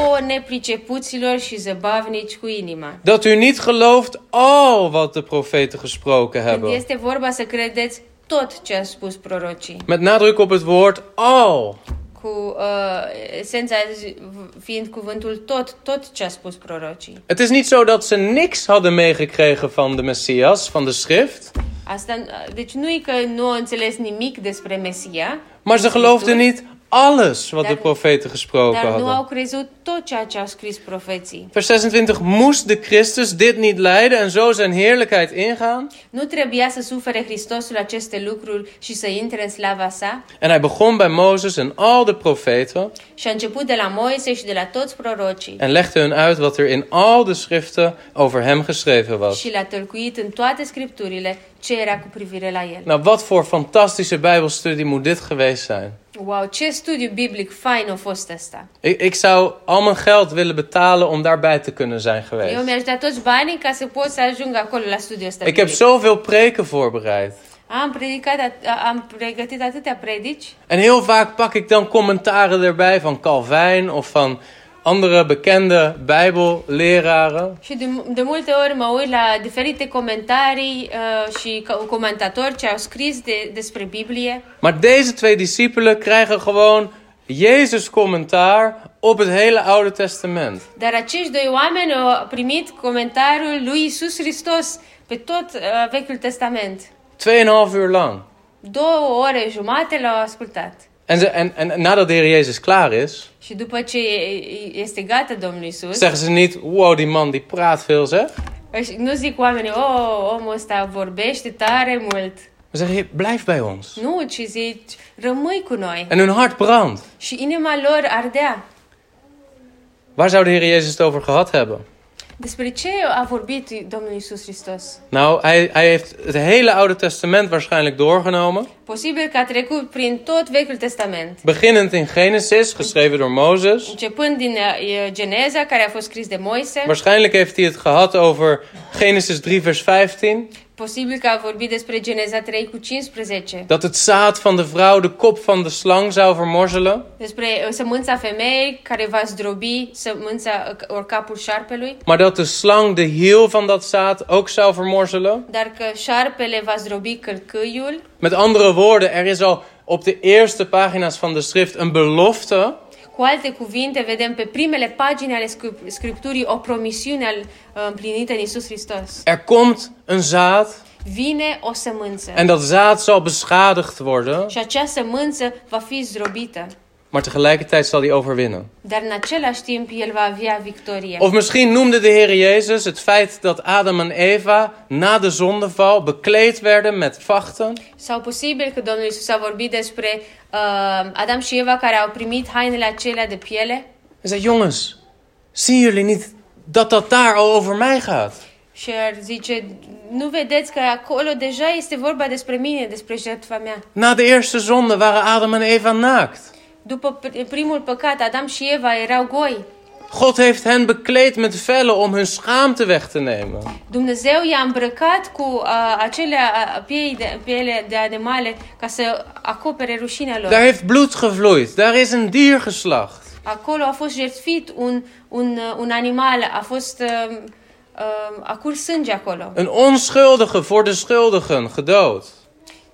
Speaker 2: nepricepuților și zăbavnici cu inima.
Speaker 1: Dat u niet gelooft al wat de profeten gesproken
Speaker 2: Când
Speaker 1: hebben.
Speaker 2: este vorba să credeți tot ce a spus prorocii.
Speaker 1: Met nadruk op het woord al.
Speaker 2: cu uh, esența zi- v- fiind cuvântul tot, tot ce a spus prorocii.
Speaker 1: Het is niet zo dat ze niks hadden meegekregen van de Messias, van de schrift.
Speaker 2: Asta, uh, deci nu e că nu au înțeles nimic despre Mesia,
Speaker 1: Maar ze geloofden niet alles wat de profeten gesproken
Speaker 2: dar nu
Speaker 1: hadden.
Speaker 2: au crezut tot ceea ce au scris profeții.
Speaker 1: Vers 26. Moest de Christus dit niet lijden en zo zijn heerlijkheid ingaan?
Speaker 2: Nu trebuia să sufere Hristosul aceste lucruri și să intre în slava sa?
Speaker 1: En hij begon bij Mozes en al de profeten
Speaker 2: Și a început de la Moise și de la toți prorocii
Speaker 1: en legde hun uit wat er in al de schriften over hem geschreven was.
Speaker 2: și l-a tălcuit în toate scripturile ce era cu privire la el.
Speaker 1: Nou, wat voor fantastische Bijbelstudie moet dit geweest zijn?
Speaker 2: Wow, ce studiu biblic fain a fost asta!
Speaker 1: Ik, ik zou al mijn geld willen betalen om daarbij te kunnen zijn
Speaker 2: Eu
Speaker 1: geweest.
Speaker 2: mi-aș da toți banii ca să pot să ajung acolo la studiul ăsta.
Speaker 1: Ik heb
Speaker 2: biblic.
Speaker 1: zoveel preken voorbereid.
Speaker 2: Am predicat, at- am pregătit atâtea predici
Speaker 1: En heel vaak pak ik dan commentaren erbij van Calvijn of van andere bekende Bijbelleraren.
Speaker 2: și de, de multe ori mă uit la diferite comentarii uh, și co- comentatori ce au scris de, despre Biblie.
Speaker 1: Maar deze twee discipelen krijgen gewoon Jezus commentaar op het hele Oude Testament.
Speaker 2: Dar acești doi oameni au primit comentariul lui Isus Hristos pe tot uh, Vechiul Testament.
Speaker 1: Tweeënhalf uur lang.
Speaker 2: Două ore jumate l-au ascultat.
Speaker 1: En, ze, en, en nadat de Heer Jezus klaar is,
Speaker 2: Și după ce e- e- este gata Domnul Isus,
Speaker 1: zeggen ze niet... Wow, die man die praat veel zeg.
Speaker 2: își- nu zic oamenii, oh, omul ăsta vorbește tare
Speaker 1: Maar
Speaker 2: mult.
Speaker 1: zeggen, "Heer, blijf bij ons.
Speaker 2: Nu, ci zici, rămâi cu noi.
Speaker 1: En hun hart brandt.
Speaker 2: Și inima lor ardea.
Speaker 1: Waar zou de Heer Jezus het over gehad hebben?
Speaker 2: Despre ce a vorbit Domnul Isus Hristos?
Speaker 1: Nou, hij, hij heeft het hele Oude Testament waarschijnlijk doorgenomen.
Speaker 2: Posibil că a trecut prin tot Vechiul Testament.
Speaker 1: Beginnend in Genesis, geschreven door Mozes.
Speaker 2: Începând din uh, Geneza, care a fost scris de Moise,
Speaker 1: Waarschijnlijk heeft hij het gehad over Genesis 3, vers 15.
Speaker 2: posibil că a vorbit despre Geneza 3 cu 15,
Speaker 1: Dat het zaad van de vrouw de kop van de slang zou vermorzelen.
Speaker 2: despre uh, sămânța femeii care va zdrobi sămânța uh, ori capul șarpelui,
Speaker 1: Maar dat de slang de hiel van dat zaad ook zou vermorzelen.
Speaker 2: dar că șarpele va zdrobi călcâiul.
Speaker 1: Met andere woorden, er is al op de eerste pagina's van de schrift een belofte.
Speaker 2: Cu alte cuvinte, vedem pe primele pagini ale scrip- Scripturii o promisiune al, uh, împlinită în Isus Hristos.
Speaker 1: Er komt een zaad
Speaker 2: Vine o sămânță
Speaker 1: en dat zaad zal beschadigd worden.
Speaker 2: și acea sămânță va fi zdrobită,
Speaker 1: Maar tegelijkertijd zal hij overwinnen.
Speaker 2: dar în același timp el va avea victorie.
Speaker 1: Of misschien noemde de Heer Jezus het feit dat Adam en Eva na de zondeval bekleed werden met vachten.
Speaker 2: Sau posibil că Domnul Isus a vorbit despre uh, Adam și Eva care au primit hainele acelea de piele
Speaker 1: Hij zei, jongens, zien jullie niet dat dat daar al over mij gaat?
Speaker 2: Și ar zice, nu vedeți că acolo deja este vorba despre mine, despre jertfa mea.
Speaker 1: Na de eerste zonde waren Adam en Eva naakt.
Speaker 2: După pr- primul păcat, Adam și Eva erau goi.
Speaker 1: God heeft hen bekleed met vellen om hun schaamte weg te nemen.
Speaker 2: Dumnezeu i-a îmbrăcat cu uh, acele uh, piei de, piele de animale ca să acopere rușinea lor.
Speaker 1: Daar heeft bloed gevloeid. Daar is een dier geslacht.
Speaker 2: Acolo a fost jertfit un, un, uh, un animal, a fost uh, uh, a curs sânge acolo.
Speaker 1: Een onschuldige voor de schuldigen gedood.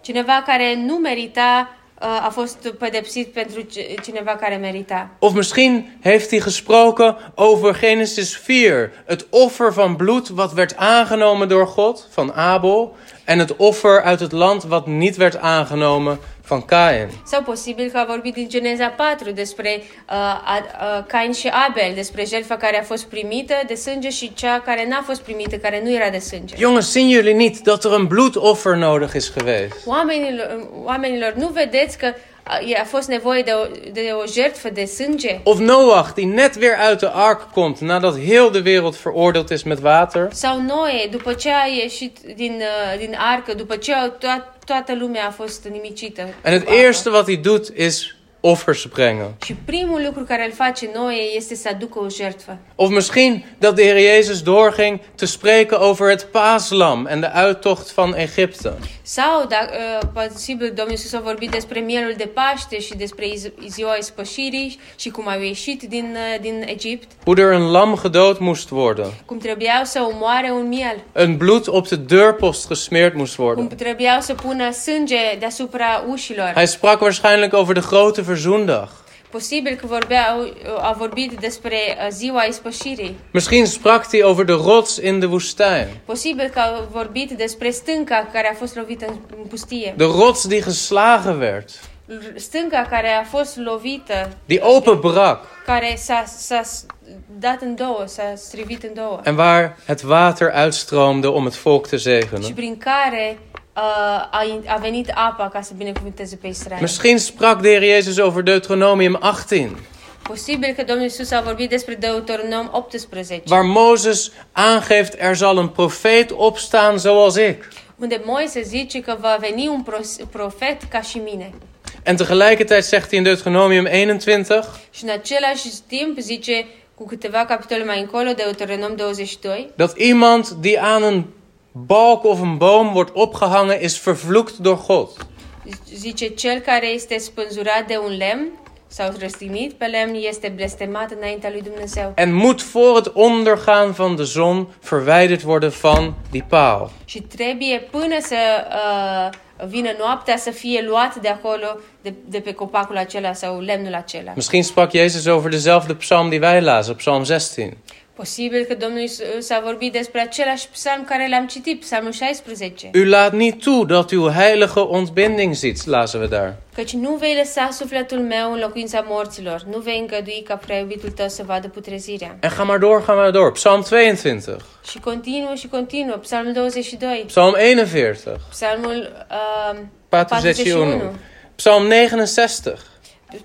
Speaker 2: Cineva care nu merita uh, a fost pedepsit pentru ce- cineva care merita.
Speaker 1: Of misschien heeft hij gesproken over Genesis 4. Het offer van bloed wat werd aangenomen door God, van Abel. En het offer uit het land wat niet werd aangenomen, van Kain.
Speaker 2: Sau posibil că a vorbit din Geneza 4 despre uh, a, uh, Cain și Abel, despre jertfa care a fost primită de sânge și cea care n-a fost primită, care nu era de sânge.
Speaker 1: Jongens, zien jullie niet dat er een bloedoffer nodig is geweest?
Speaker 2: Oamenilor, oamenilor nu vedeți că a, e- a fost nevoie de o, de o jertfă de sânge?
Speaker 1: Of Noach die net weer uit de ark komt nadat heel de wereld veroordeeld is met water.
Speaker 2: Sau Noe, după ce a ieșit din, uh, din arcă, după ce au- to- toată lumea a fost nimicită.
Speaker 1: En het
Speaker 2: cu apă.
Speaker 1: eerste wat hij doet is offers brengen.
Speaker 2: Și primul lucru care îl face Noe este să aducă o jertfă.
Speaker 1: Of misschien dat de Heer Jezus doorging te spreken over het paaslam en de uittocht van Egypte.
Speaker 2: Sau, da, uh, posibil, Domnul Iisus a vorbit despre mielul de Paște și despre iz- ziua ispășirii și cum au ieșit din, uh, din Egipt,
Speaker 1: Hoe er een lam gedood moest worden.
Speaker 2: cum trebuiau să omoare un miel,
Speaker 1: Een bloed op de deurpost gesmeerd moest
Speaker 2: cum
Speaker 1: worden.
Speaker 2: trebuiau să pună sânge deasupra ușilor.
Speaker 1: Hij sprak waarschijnlijk over de grote verzoendag.
Speaker 2: Posibil că vorbeau, uh, a vorbit despre uh, ziua ispășirii.
Speaker 1: Misschien sprak hij over de rots in de woestijn.
Speaker 2: Posibil că a vorbit despre stânca care a fost lovită în în pustie.
Speaker 1: De rots die geslagen werd.
Speaker 2: L- Stânca care a fost lovită,
Speaker 1: Die openbrak.
Speaker 2: care s-a, s-a s- dat în două, s-a strivit în două.
Speaker 1: En waar het water uitstroomde om het volk te
Speaker 2: și
Speaker 1: zegenen.
Speaker 2: prin care uh, a, in- a venit apa ca să binecuvânteze pe Israel.
Speaker 1: Misschien sprak de Heer Jezus over Deuteronomium 18.
Speaker 2: Posibil că Domnul Isus a vorbit despre Deuteronom 18,
Speaker 1: Waar Mozes aangeeft, er zal een profeet opstaan zoals ik.
Speaker 2: unde Moise zice că va veni un pros- profet ca și mine.
Speaker 1: En tegelijkertijd zegt hij in Deuteronomium 21
Speaker 2: Și în același timp zice, cu câteva capitole mai încolo, Deuteronom 22,
Speaker 1: dat iemand die aan een balk of een boom wordt opgehangen is vervloekt door God.
Speaker 2: zice, cel care este spânzurat de un lemn sau răstignit pe lemn este blestemat înaintea lui Dumnezeu
Speaker 1: En moet voor het ondergaan van de zon verwijderd worden van die paal.
Speaker 2: și trebuie până să uh, vină noaptea să fie luat de acolo, de, de pe copacul acela sau lemnul acela.
Speaker 1: Misschien sprak Jezus over dezelfde psalm die wij lazen, psalm 16.
Speaker 2: Posibil că Domnul Iisus a vorbit despre același psalm care l-am citit, psalmul 16.
Speaker 1: U laat niet toe dat uw heilige ontbinding ziet, lazen we daar.
Speaker 2: Căci nu vei lăsa sufletul meu în locuința morților, nu vei îngădui ca prea iubitul tău să vadă putrezirea.
Speaker 1: En ga maar door, ga maar door. Psalm 22,
Speaker 2: Și continuă și continuă, psalmul 22,
Speaker 1: psalm 41,
Speaker 2: psalmul uh,
Speaker 1: 41, psalm 69,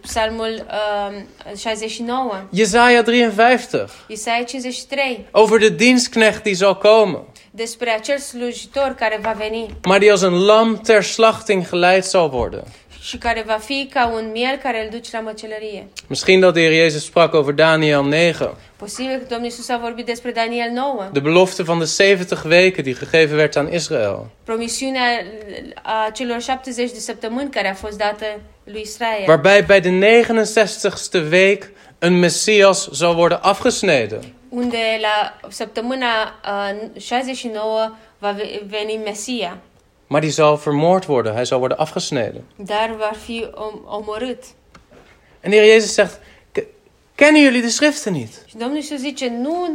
Speaker 2: psalmul uh, 69,
Speaker 1: Jesaja 53.
Speaker 2: Isaia 53,
Speaker 1: Over de dienstknecht die zal komen,
Speaker 2: despre acel slujitor care va veni
Speaker 1: maar die als een lam ter slachting geleid zal worden.
Speaker 2: și care va fi ca un miel care îl duci la măcelărie.
Speaker 1: Misschien dat de Heer Jezus sprak over Daniel 9,
Speaker 2: Posibil că Domnul Iisus a vorbit despre Daniel 9.
Speaker 1: de belofte van de 70 weken die gegeven werd aan Israël.
Speaker 2: promisiunea a celor 70 de săptămâni care a fost dată lui Israel,
Speaker 1: Waarbij bij de 69ste week een Messias zal worden afgesneden.
Speaker 2: unde la săptămâna uh, 69 va ve- veni Mesia,
Speaker 1: Maar die zal vermoord worden, hij zal worden afgesneden.
Speaker 2: dar va fi om- omorât.
Speaker 1: En de Heer Jezus zegt, "K- kennen jullie de schriften niet?
Speaker 2: Și Domnul Iisus zice, nu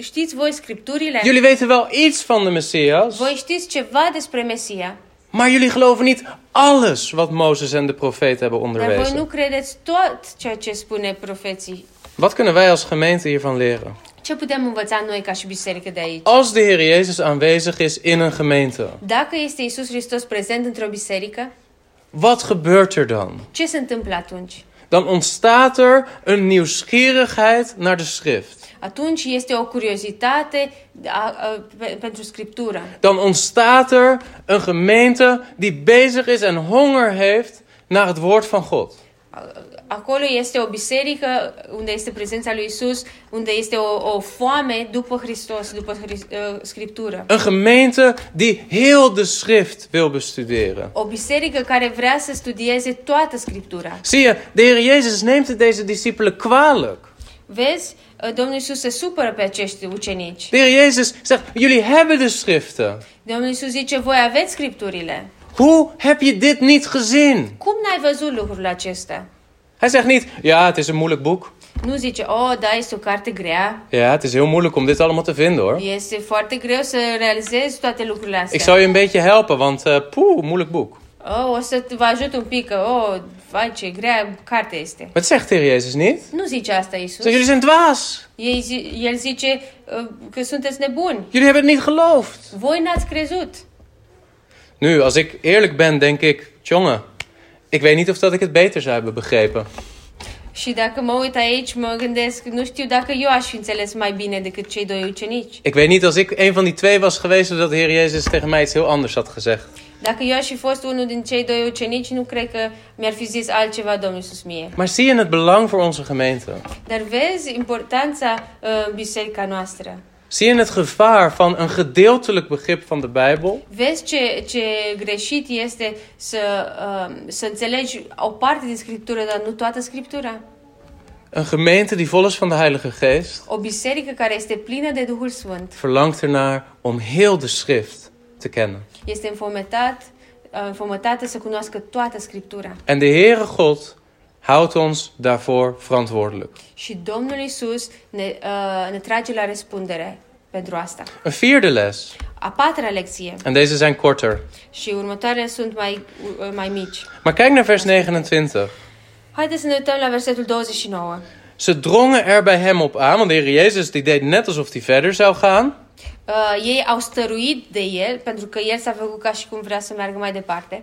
Speaker 2: știți voi scripturile?
Speaker 1: Jullie weten wel iets van de Messias,
Speaker 2: Voi știți ceva despre Mesia,
Speaker 1: maar jullie geloven niet alles wat Mozes en de profeten hebben
Speaker 2: dar voi nu
Speaker 1: onderwezen.
Speaker 2: credeți tot ceea ce spune profeții.
Speaker 1: Wat kunnen wij als gemeente hiervan leren?
Speaker 2: Ce putem învăța noi ca și biserică de aici?
Speaker 1: Als de Heer Jezus aanwezig is in een gemeente,
Speaker 2: Dacă este Iisus Hristos prezent într-o biserică,
Speaker 1: wat gebeurt er dan?
Speaker 2: ce se întâmplă atunci?
Speaker 1: Dan ontstaat er een nieuwsgierigheid naar de schrift.
Speaker 2: atunci este o curiozitate a, a, pe- pentru Scriptura.
Speaker 1: dan ontstaat er een gemeente die bezig is en honger heeft naar het woord van God.
Speaker 2: Acolo este o biserică unde este prezența lui Isus, unde este o, o foame după Hristos, după Hris, uh, Scriptură.
Speaker 1: Een gemeente die heel de schrift wil bestuderen.
Speaker 2: O biserică care vrea să studieze toată Scriptura.
Speaker 1: Zie je, de Heer Jezus neemt het deze discipelen kwalijk.
Speaker 2: Vezi, uh, Domnul Isus se supără pe acești ucenici.
Speaker 1: De Heer Jezus zegt, jullie hebben de schriften.
Speaker 2: Domnul Isus zice, voi aveți Scripturile.
Speaker 1: Hoe heb je dit niet gezien?
Speaker 2: Cum n-ai văzut lucrul acesta?
Speaker 1: Hij zegt niet, ja, het is een moeilijk boek.
Speaker 2: Nu zice, oh, da, este o carte grea.
Speaker 1: Ja, het is heel moeilijk om dit allemaal te vinden hoor.
Speaker 2: Este foarte greu să realizezi toate lucrurile
Speaker 1: Ik
Speaker 2: astea.
Speaker 1: zal je een beetje helpen, want eh poeh, moeilijk boek.
Speaker 2: Oh, o să vă ajut un pic, că, oh, vai, ce grea carte este.
Speaker 1: Maar dat zegt de Heer Jezus niet. Hij
Speaker 2: Nu zice asta Isus.
Speaker 1: Zegt, jullie zijn dwaas.
Speaker 2: Ei, zi- el zice uh, că sunteți nebuni.
Speaker 1: Jullie hebben het niet geloofd.
Speaker 2: Voi n-ați crezut.
Speaker 1: Nu, als ik eerlijk ben, denk ik, jongen, ik weet niet of dat ik het beter zou hebben begrepen.
Speaker 2: Și dacă mă uit aici, mă gândesc, nu știu dacă eu aș fi înțeles mai bine decât cei doi ucenici.
Speaker 1: Ik weet niet als ik een van die twee was geweest, of dat de Heer Jezus tegen mij iets heel anders had gezegd.
Speaker 2: Dacă eu aș fi fost unul din cei doi ucenici, nu cred că mi-ar fi zis altceva Domnul Iisus mie.
Speaker 1: Maar zie je het belang voor onze gemeente?
Speaker 2: Dar vezi importanța uh, în biserica noastră.
Speaker 1: Zie je het gevaar van een gedeeltelijk begrip van de Bijbel?
Speaker 2: Vezi ce, ce greșit este să, uh, să înțelegi o parte din Scriptură, dar nu toată Scriptura.
Speaker 1: Een gemeente die vol is van de Heilige Geest,
Speaker 2: O biserică care este plină de Duhul Sfânt
Speaker 1: verlangt ernaar om heel de schrift te kennen.
Speaker 2: este înfometat, uh, înfometată să cunoască toată Scriptura.
Speaker 1: En de Heere God houdt ons daarvoor verantwoordelijk.
Speaker 2: Și Domnul Isus ne, uh, ne trage la răspundere pentru asta.
Speaker 1: Een vierde les,
Speaker 2: A patra lecție
Speaker 1: en deze zijn korter.
Speaker 2: și următoarele sunt mai, uh, mai mici.
Speaker 1: Maar kijk naar vers 29.
Speaker 2: Haideți să ne uităm la versetul 29.
Speaker 1: Ze drongen er bij hem op aan, want de Heer Jezus die deed net alsof hij verder zou gaan.
Speaker 2: Uh, ei au stăruit de el pentru că el s-a făcut ca și cum vrea să meargă mai departe.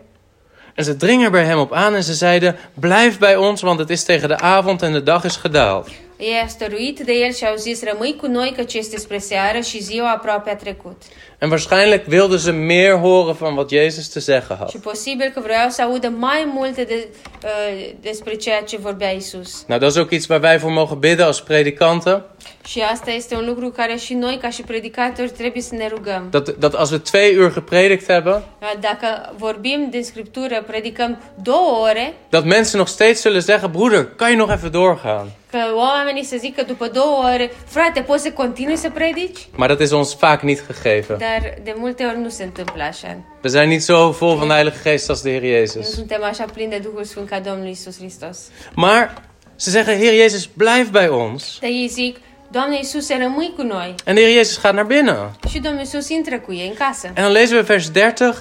Speaker 1: En ze dringen er bij hem op aan en ze zeiden, blijf bij ons, want het is tegen de avond en de dag is gedaald.
Speaker 2: Ei au stăruit de el și au zis, rămâi cu noi căci este spre seară și ziua aproape a trecut.
Speaker 1: En waarschijnlijk wilden ze meer horen van wat Jezus te zeggen had.
Speaker 2: Și posibil că vreau să audă mai multe de, uh, despre ceea ce vorbea Isus.
Speaker 1: Nou, dat is ook iets waar wij voor mogen bidden als predikanten.
Speaker 2: Și asta este un lucru care și noi, ca și predicatori, trebuie să ne rugăm.
Speaker 1: Dat, dat als we twee uur gepredikt hebben,
Speaker 2: Dacă vorbim din Scriptură, predicăm două ore,
Speaker 1: dat mensen nog steeds zullen zeggen, broeder, kan je nog even doorgaan?
Speaker 2: că oamenii să zică după două ore, frate, poți să continui să predici?
Speaker 1: Maar dat is ons vaak niet gegeven.
Speaker 2: Dar de multe ori nu se întâmplă așa.
Speaker 1: We zijn niet zo vol van de Heilige Geest als de Heer
Speaker 2: Nu
Speaker 1: Jezus.
Speaker 2: suntem așa plini de Duhul Sfânt ca Domnul Isus Hristos.
Speaker 1: Maar ze zeggen, Heer Jezus, blijf bij ons.
Speaker 2: Dar ei zic, Doamne Iisuse, rămâi cu noi.
Speaker 1: En de Heer Jezus gaat naar binnen.
Speaker 2: Și Domnul Iisus intră cu ei în casă.
Speaker 1: En dan lezen we vers 30.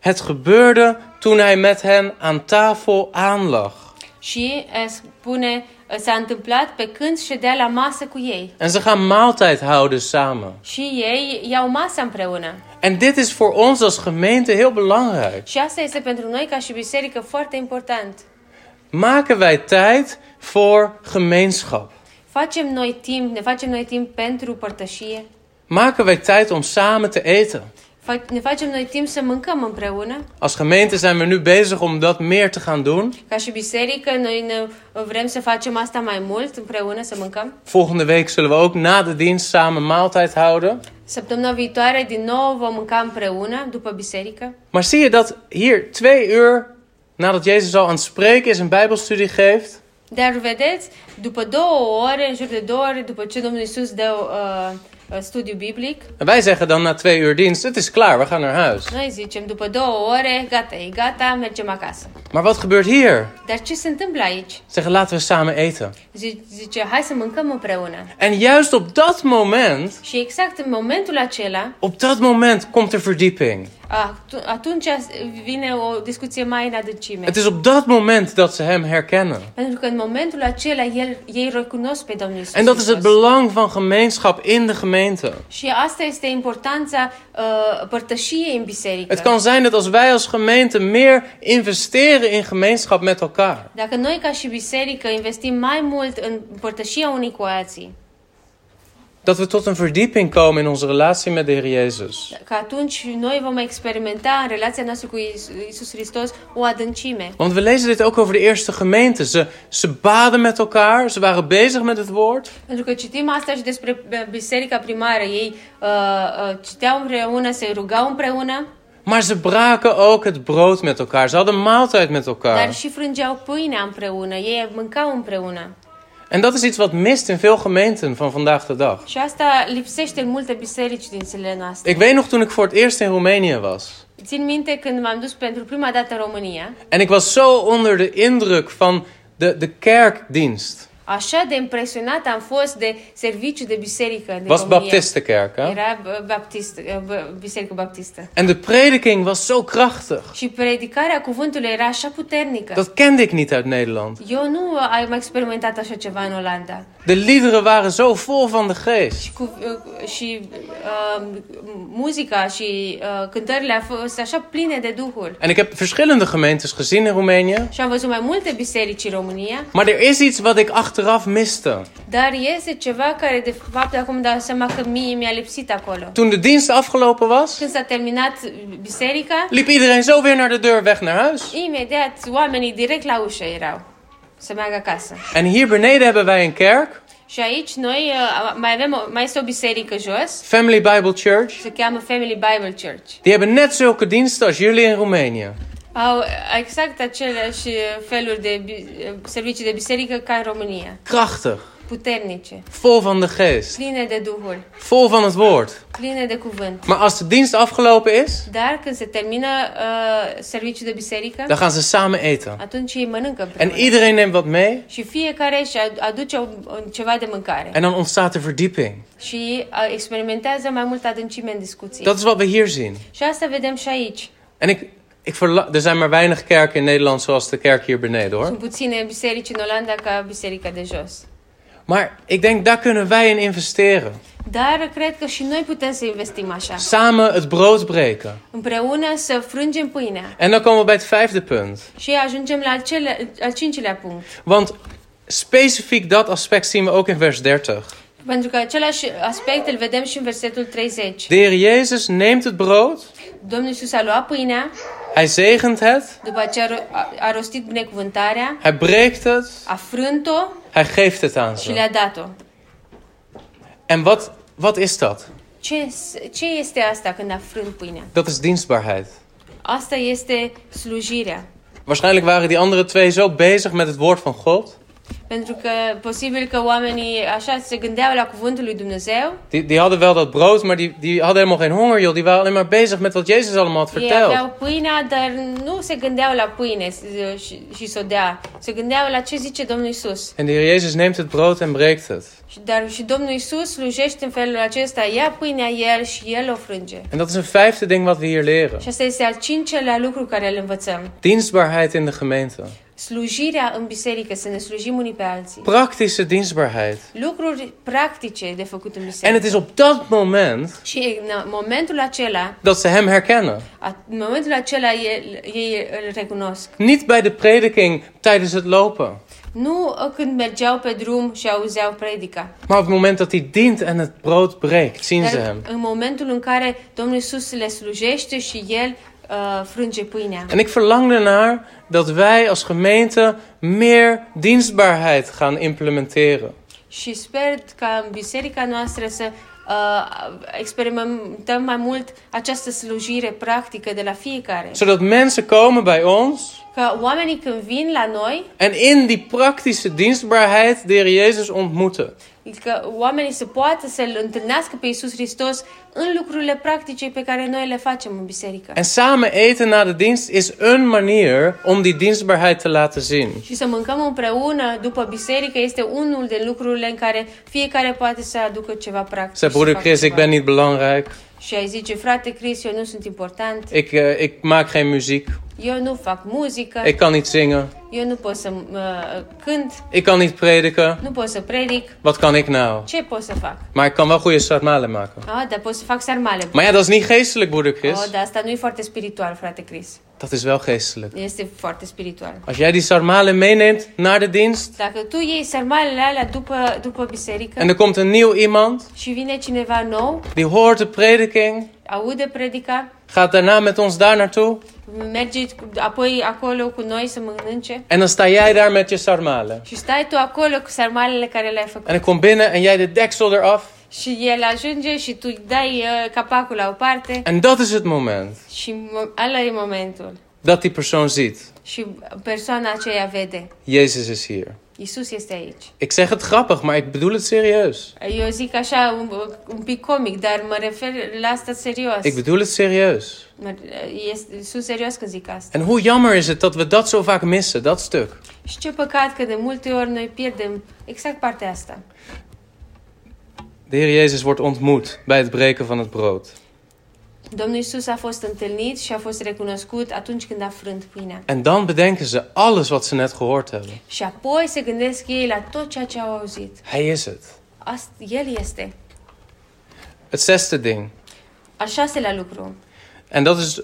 Speaker 1: Het gebeurde toen hij met hen aan tafel aanlag.
Speaker 2: Și eh, spune, eh, s-a întâmplat pe când ședea la masă cu ei.
Speaker 1: En ze gaan maaltijd houden samen.
Speaker 2: Și ei iau masa împreună.
Speaker 1: En dit is voor ons als gemeente heel belangrijk.
Speaker 2: Și asta este pentru noi ca și biserică foarte important.
Speaker 1: Maken wij tijd voor gemeenschap?
Speaker 2: Facem noi timp, ne facem noi timp pentru părtășie.
Speaker 1: Maken wij tijd om samen te eten?
Speaker 2: Fa- Ne facem noi timp să mâncăm împreună.
Speaker 1: Als gemeente zijn we nu bezig om dat meer te gaan doen.
Speaker 2: Ca și biserică, noi ne vrem să facem asta mai mult împreună, să mâncăm.
Speaker 1: Volgende week zullen we ook na de dienst samen maaltijd houden.
Speaker 2: Săptămâna viitoare din nou vom mânca împreună după biserică.
Speaker 1: Maar zie je dat hier twee uur nadat Jezus al aan het spreken is en Bijbelstudie geeft,
Speaker 2: Dar vedeți, după două ore, în jur de două ore, după ce Domnul Isus dă uh, studiu biblic,
Speaker 1: En wij zeggen dan na twee uur dienst, het is klaar, we gaan naar huis.
Speaker 2: noi zicem, după două ore, gata, e gata, mergem acasă.
Speaker 1: Maar wat gebeurt hier?
Speaker 2: Dar ce se întâmplă aici?
Speaker 1: Zeggen, laten we samen eten.
Speaker 2: Zi- Zice, hai să mâncăm împreună.
Speaker 1: En juist op dat moment,
Speaker 2: Și exact în momentul acela,
Speaker 1: op dat moment komt er verdieping.
Speaker 2: atu- atunci vine o discuție mai în adâncime.
Speaker 1: Het is op dat moment dat ze hem herkennen.
Speaker 2: Pentru că în momentul acela el, ei recunosc pe Domnul Isus.
Speaker 1: En dat is het belang van gemeenschap in de gemeente.
Speaker 2: Și asta este importanța uh, părtășiei în biserică.
Speaker 1: Het kan zijn dat als wij als gemeente meer investeren in gemeenschap met elkaar,
Speaker 2: Dacă noi ca și biserică investim mai mult în părtășia unii cu alții,
Speaker 1: Dat we tot een verdieping komen in onze relatie met de Heer Jezus.
Speaker 2: Că atunci noi vom experimenta în relația noastră cu Iis- Iisus Hristos o adâncime.
Speaker 1: Want we lezen dit ook over de eerste gemeente. Ze, ze baden met elkaar, ze waren bezig met het woord.
Speaker 2: Pentru că citim asta și despre uh, biserica primară. Ei uh, uh, citeau împreună, se rugau împreună,
Speaker 1: Maar ze braken ook het brood met elkaar. Ze hadden maaltijd met
Speaker 2: dar
Speaker 1: elkaar.
Speaker 2: și frângeau pâinea împreună. Ei mâncau împreună.
Speaker 1: En dat is iets wat mist in veel gemeenten van vandaag de dag.
Speaker 2: Și asta lipsește în multe biserici din zilele noastre.
Speaker 1: Ik weet nog toen ik voor het eerst in Roemenië was.
Speaker 2: Țin minte când m-am dus pentru prima dată în România,
Speaker 1: En ik was zo onder de indruk van de, de kerkdienst.
Speaker 2: așa de impresionat am fost de serviciu de biserică din
Speaker 1: was
Speaker 2: România.
Speaker 1: Baptistenkerk, hè?
Speaker 2: Era uh, baptist, uh, b- biserică baptistă.
Speaker 1: En de prediking was zo krachtig.
Speaker 2: Și predicarea cuvântului era așa puternică.
Speaker 1: Dat kende ik niet uit Nederland.
Speaker 2: Eu nu uh, am experimentat așa ceva în Olanda.
Speaker 1: De liederen waren zo vol van de geest.
Speaker 2: Și, cu, uh, și uh, muzica și uh, cântările au fost așa pline de Duhul.
Speaker 1: En ik heb verschillende gemeentes gezien in Roemenië.
Speaker 2: Și am văzut mai multe biserici în România,
Speaker 1: Maar er is iets wat ik achteraf miste.
Speaker 2: dar este ceva care de fapt acum îmi dau seama că mie mi-a lipsit acolo.
Speaker 1: Toen de dienst afgelopen was,
Speaker 2: Când s-a terminat biserica,
Speaker 1: liep iedereen zo weer naar de deur weg naar huis.
Speaker 2: imediat oamenii direct la ușă erau să meargă acasă.
Speaker 1: En hier beneden hebben wij een kerk,
Speaker 2: Și aici noi uh, mai avem o, mai este o biserică jos,
Speaker 1: Family Bible Church.
Speaker 2: se cheamă Family Bible Church.
Speaker 1: Die hebben net zulke diensten als jullie in Roemenië.
Speaker 2: Au exact aceleași feluri de bi- uh, servicii de biserică ca în România.
Speaker 1: Krachtig,
Speaker 2: Puternice,
Speaker 1: vol van de geest,
Speaker 2: pline de Duhul,
Speaker 1: vol van het woord.
Speaker 2: pline de cuvânt.
Speaker 1: Maar als de dienst afgelopen is,
Speaker 2: Dar când se termină uh, serviciul de biserică,
Speaker 1: dan gaan ze samen eten.
Speaker 2: atunci ei mănâncă
Speaker 1: En
Speaker 2: împreună.
Speaker 1: iedereen neemt wat mee
Speaker 2: Și fiecare își ad- aduce un- un- ceva de mâncare
Speaker 1: en dan ontstaat er verdieping.
Speaker 2: și uh, experimentează mai mult adâncime în discuții.
Speaker 1: Dat is wat we hier zien.
Speaker 2: Și asta vedem și aici.
Speaker 1: En ik, ik verla- er zijn maar weinig kerken in Nederland zoals de kerk hier beneden hoor.
Speaker 2: Sunt puține biserici în Olanda ca biserica de jos.
Speaker 1: Maar ik denk daar kunnen wij in investeren.
Speaker 2: Dar cred că și noi putem să investim așa.
Speaker 1: Samen het brood breken.
Speaker 2: Împreună să frângem pâinea.
Speaker 1: En dan komen we bij het vijfde punt.
Speaker 2: Și ajungem la al, cele, al cincilea punct.
Speaker 1: Want specifiek dat aspect zien we ook in vers 30.
Speaker 2: Pentru că același aspect îl vedem și în versetul 30.
Speaker 1: De Heer Jezus neemt het brood,
Speaker 2: Domnul Iisus a luat pâinea,
Speaker 1: hij zegent het,
Speaker 2: după ce a, ro- a, a rostit binecuvântarea,
Speaker 1: hij breekt het,
Speaker 2: a frânt-o
Speaker 1: hij geeft het aan
Speaker 2: și
Speaker 1: ze.
Speaker 2: le-a dat-o.
Speaker 1: En wat, wat is dat?
Speaker 2: Ce, ce este asta când a frânt pâinea?
Speaker 1: Dat is dienstbaarheid.
Speaker 2: Asta este slujirea.
Speaker 1: Waarschijnlijk waren die andere twee zo bezig met het woord van God.
Speaker 2: Pentru că posibil că oamenii așa se gândeau la cuvântul lui Dumnezeu.
Speaker 1: Die, die hadden wel dat brood, maar die, die hadden helemaal geen honger, joh. Die waren alleen maar bezig met wat Jezus allemaal had
Speaker 2: Ei
Speaker 1: verteld.
Speaker 2: aveau pâinea, dar nu se gândeau la pâine s- și, și să o dea. Se gândeau la ce zice Domnul Isus.
Speaker 1: En de Heer Jezus neemt het brood en breekt het.
Speaker 2: Și- Dar și Domnul Isus slujește în felul acesta. Ia pâinea el și el o frânge.
Speaker 1: En dat is een vijfde ding wat we hier leren.
Speaker 2: Și asta este al cincelea lucru care îl învățăm.
Speaker 1: Dienstbaarheid in de gemeente.
Speaker 2: Slujirea în biserică, să ne slujim unii pe alții.
Speaker 1: Praktische dienstbaarheid.
Speaker 2: Lucruri practice de făcut în
Speaker 1: En
Speaker 2: biserică.
Speaker 1: het is op dat moment
Speaker 2: Și în momentul acela,
Speaker 1: dat ze hem herkennen.
Speaker 2: a- în momentul acela ei, ei îl recunosc.
Speaker 1: Niet bij de prediking tijdens het lopen.
Speaker 2: Nu uh, când mergeau pe drum și auzeau predica.
Speaker 1: Maar op het moment dat hij dient en het brood breekt, zien ze
Speaker 2: Dar
Speaker 1: hem.
Speaker 2: în momentul în care Domnul Isus le slujește și El uh, frânge pâinea.
Speaker 1: En ik verlang ernaar dat wij als gemeente meer dienstbaarheid gaan implementeren.
Speaker 2: Și sper ca în biserica noastră să uh, experimentăm mai mult această slujire practică de la fiecare.
Speaker 1: Zodat mensen komen bij ons
Speaker 2: Că oamenii când vin la noi,
Speaker 1: en in die praktische dienstbaarheid de Heer Jezus ontmoeten.
Speaker 2: că Adică oamenii să poată să-L întâlnească pe Iisus Hristos în lucrurile practice pe care noi le facem în biserică.
Speaker 1: En samen eten na de dienst is een manier om die dienstbaarheid te laten zien.
Speaker 2: Și să mâncăm împreună după biserică este unul din lucrurile în care fiecare poate să aducă ceva practic.
Speaker 1: Zeg,
Speaker 2: și să
Speaker 1: broeder
Speaker 2: facă
Speaker 1: Chris, ik
Speaker 2: ceva.
Speaker 1: ben niet belangrijk.
Speaker 2: Și ai zice, frate Chris, eu nu sunt important,
Speaker 1: Ik, eh, ik maak geen muziek.
Speaker 2: eu nu fac muzică,
Speaker 1: Ik kan niet zingen.
Speaker 2: eu nu pot să uh, cânt,
Speaker 1: Ik kan niet prediken.
Speaker 2: nu pot să predic,
Speaker 1: Wat kan ik nou?
Speaker 2: ce pot să fac?
Speaker 1: Maar ik kan wel goede sarmalen maken.
Speaker 2: Ah, dar pot să fac sarmale.
Speaker 1: Maar ja, dat is niet geestelijk, broeder
Speaker 2: Oh,
Speaker 1: Chris.
Speaker 2: dar asta nu e foarte spiritual, frate Chris.
Speaker 1: Dat is wel geestelijk.
Speaker 2: Este foarte spiritual.
Speaker 1: Als jij die sarmalen meeneemt naar de dienst
Speaker 2: Dacă tu iei sarmalele alea după, după biserică
Speaker 1: en er komt een nieuw iemand
Speaker 2: și vine cineva nou,
Speaker 1: die hoort de prediking,
Speaker 2: aude predica,
Speaker 1: gaat daarna met ons daar naartoe
Speaker 2: merge cu- apoi acolo cu noi să mănânce
Speaker 1: en dan sta jij daar met je sarmalen.
Speaker 2: și stai tu acolo cu sarmalele care le-ai făcut.
Speaker 1: En ik kom binnen en jij de deksel eraf
Speaker 2: Și el ajunge și tu îi dai uh, capacul la o parte
Speaker 1: en dat is het moment
Speaker 2: și mo- ăla e momentul.
Speaker 1: dat die persoon ziet.
Speaker 2: Și persoana aceea vede.
Speaker 1: Jezus is hier.
Speaker 2: Isus este aici.
Speaker 1: Ik zeg het grappig, maar ik bedoel het serieus.
Speaker 2: Eu zic așa un, un pic comic, dar mă refer la asta serios.
Speaker 1: Ik bedoel het serieus.
Speaker 2: Mă- Este, sunt serios când zic asta.
Speaker 1: En hoe jammer is het dat we dat zo vaak missen, dat stuk.
Speaker 2: Și ce păcat că de multe ori noi pierdem exact partea asta.
Speaker 1: De Heer Jezus wordt ontmoet bij het breken van het brood.
Speaker 2: Domnul Isus a fost întâlnit și a fost recunoscut atunci când a frânt pâinea.
Speaker 1: En dan bedenken ze alles wat ze net gehoord hebben.
Speaker 2: Și apoi se gândesc ei la tot ceea ce au auzit.
Speaker 1: Hij is het.
Speaker 2: Asta, el este.
Speaker 1: Het zesde ding.
Speaker 2: Al șaselea lucru.
Speaker 1: En dat is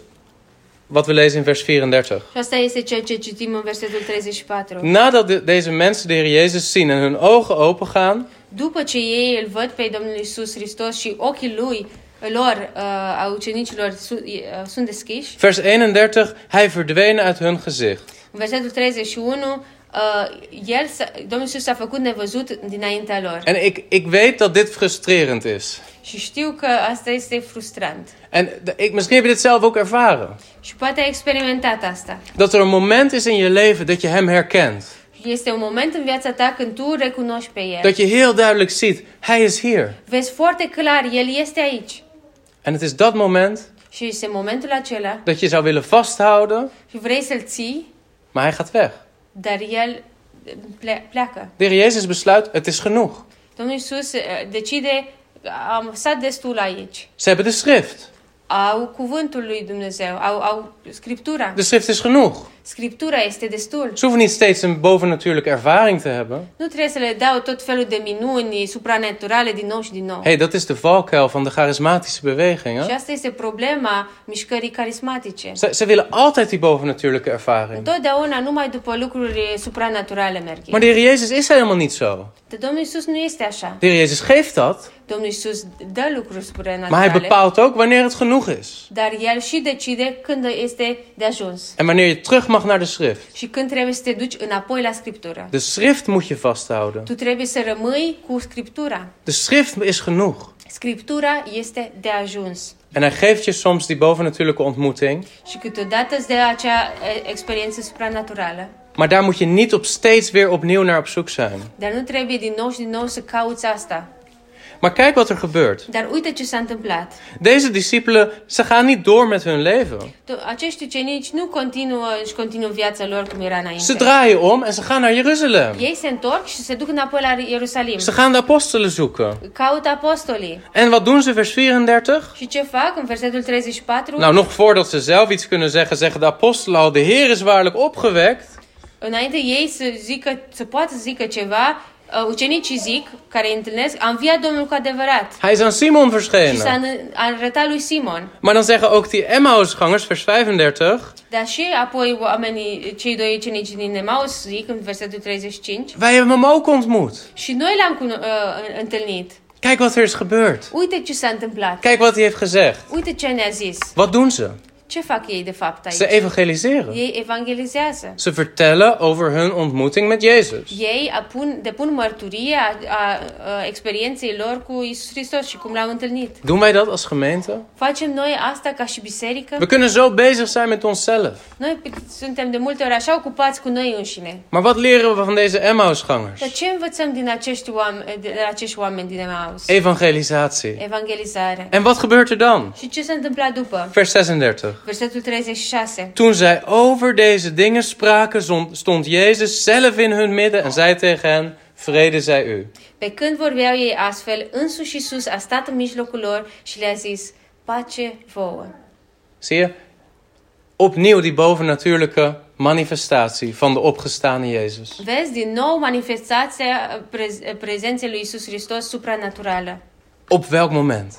Speaker 1: wat we lezen in vers 34.
Speaker 2: Și asta este ceea ce citim în versetul 34.
Speaker 1: Nadat de- deze mensen de Heer Jezus zien en hun ogen opengaan,
Speaker 2: După ce ei îl văd pe Domnul Isus Hristos și ochii lui, lor, uh, a ucenicilor, su, uh, sunt deschiși,
Speaker 1: vers 31, hij verdween uit hun gezicht.
Speaker 2: în versetul 31, uh, el, s-a- Domnul Isus s-a făcut nevăzut dinaintea lor.
Speaker 1: En ik, ik weet dat dit frustrerend is.
Speaker 2: Și știu că asta este frustrant.
Speaker 1: En de- ik, misschien heb je dit zelf ook ervaren.
Speaker 2: Și poate ai experimentat asta.
Speaker 1: Dat er een moment is in je leven dat je hem herkent.
Speaker 2: Este un moment în viața ta când tu recunoști pe El.
Speaker 1: Dat je heel duidelijk ziet, hij is hier.
Speaker 2: Vezi foarte clar, El este aici.
Speaker 1: En het is dat moment
Speaker 2: Și este momentul acela
Speaker 1: dat je zou willen vasthouden,
Speaker 2: și vrei să-L ții,
Speaker 1: maar hij gaat weg.
Speaker 2: dar El eh, ple- pleacă.
Speaker 1: De Heer Jezus besluit, het is genoeg.
Speaker 2: Domnul Iisus eh, decide, am stat destul aici.
Speaker 1: Ze hebben de schrift.
Speaker 2: Au cuvântul lui Dumnezeu, au, au Scriptura.
Speaker 1: De schrift is genoeg.
Speaker 2: Scriptura este destul.
Speaker 1: Ze hoeven niet steeds een bovennatuurlijke ervaring te hebben.
Speaker 2: Nu trebuie să le dau tot felul de minuni supranaturale din nou și din nou.
Speaker 1: Hé, hey, dat is de valkuil van de charismatische beweging.
Speaker 2: Și
Speaker 1: Hè?
Speaker 2: asta este problema mișcării carismatice.
Speaker 1: Ze, ze willen altijd die bovennatuurlijke ervaring.
Speaker 2: Totdeauna numai după lucruri supranaturale merg.
Speaker 1: Maar de Heer Jezus is helemaal niet zo.
Speaker 2: Dar Domnul Isus nu este așa.
Speaker 1: De Heer Jezus geeft dat,
Speaker 2: Domnul Isus dă
Speaker 1: maar
Speaker 2: lucruri
Speaker 1: hij
Speaker 2: supranaturale,
Speaker 1: bepaalt ook wanneer het genoeg is.
Speaker 2: dar El și decide când este de ajuns
Speaker 1: En wanneer je terug mag naar de schrift.
Speaker 2: și când trebuie să te duci înapoi la Scriptură.
Speaker 1: De schrift moet je vasthouden.
Speaker 2: Tu trebuie să rămâi cu Scriptura.
Speaker 1: De schrift is genoeg.
Speaker 2: Scriptura este de ajuns.
Speaker 1: En hij geeft je soms die bovennatuurlijke ontmoeting.
Speaker 2: Și câteodată îți dă acea e, experiență supranaturală.
Speaker 1: Maar daar moet je niet op steeds weer opnieuw naar op zoek zijn.
Speaker 2: Dar nu trebuie din nou și din nou să cauți asta.
Speaker 1: Maar kijk wat er gebeurt.
Speaker 2: Dar uite ce s-a întâmplat.
Speaker 1: Deze discipelen, ze gaan niet door met hun leven.
Speaker 2: Tu- Acești ucenici nu continuă și continuă viața lor cum era înainte.
Speaker 1: Ze draaien om en ze gaan naar Jeruzalem.
Speaker 2: Ei se întorc și se duc înapoi la Ierusalim.
Speaker 1: Ze gaan de apostelen zoeken.
Speaker 2: Caută apostolii.
Speaker 1: En wat doen ze, vers 34?
Speaker 2: Și ce fac în versetul 34?
Speaker 1: Nou, nog voordat ze zelf iets kunnen zeggen, zeggen de apostelen al: De Heer is waarlijk opgewekt.
Speaker 2: Înainte ei să, zică, să poată să zică ceva, uh, ucenicii zic, care îi întâlnesc, a înviat Domnul cu adevărat.
Speaker 1: Hij is aan Simon
Speaker 2: Și s-a
Speaker 1: verschenen.
Speaker 2: în- a arătat lui Simon.
Speaker 1: Maar dan zeggen ook die Emmausgangers, vers 35.
Speaker 2: Dar și apoi oamenii, cei doi ucenici din Emaus zic în versetul 35,
Speaker 1: Wij hebben hem ook ontmoet.
Speaker 2: și noi l-am cuno- uh, întâlnit.
Speaker 1: Kijk wat er is gebeurd.
Speaker 2: Uite ce s-a întâmplat.
Speaker 1: Kijk wat hij heeft gezegd.
Speaker 2: Uite ce ne-a zis.
Speaker 1: Wat doen ze?
Speaker 2: Ce fac ei de fapt
Speaker 1: Ze
Speaker 2: aici?
Speaker 1: evangeliseren.
Speaker 2: Ei evangelizează.
Speaker 1: Ze vertellen over hun ontmoeting met Jezus.
Speaker 2: Ei apun, depun mărturie a, a, a experienței lor cu Isus Hristos și cum l-au întâlnit.
Speaker 1: Doen wij dat als gemeente?
Speaker 2: Facem noi asta ca și biserică?
Speaker 1: We kunnen zo bezig zijn met onszelf.
Speaker 2: Noi p- suntem de multe ori așa ocupați cu noi înșine.
Speaker 1: Maar wat leren we van deze
Speaker 2: Dar
Speaker 1: Emmausgangers?
Speaker 2: ce învățăm din acești oameni, de la acești oameni din Emaus?
Speaker 1: Evangelisatie.
Speaker 2: Evangelizare.
Speaker 1: En wat gebeurt er dan?
Speaker 2: Și ce se întâmpla după?
Speaker 1: Vers 36.
Speaker 2: Versetul 36.
Speaker 1: Toen zij over deze dingen spraken, zon- stond Jezus zelf in hun midden en zei tegen hen: Vrede zij u.
Speaker 2: Pe când vorbeau ei astfel, însuși Iisus a stat în mijlocul lor și le-a zis, pace vouă.
Speaker 1: Zie je? Opnieuw die bovennatuurlijke manifestatie van de opgestane Jezus.
Speaker 2: Vezi din nou manifestația uh, prez- prezenței lui Iisus Hristos supranaturală.
Speaker 1: Op welk moment?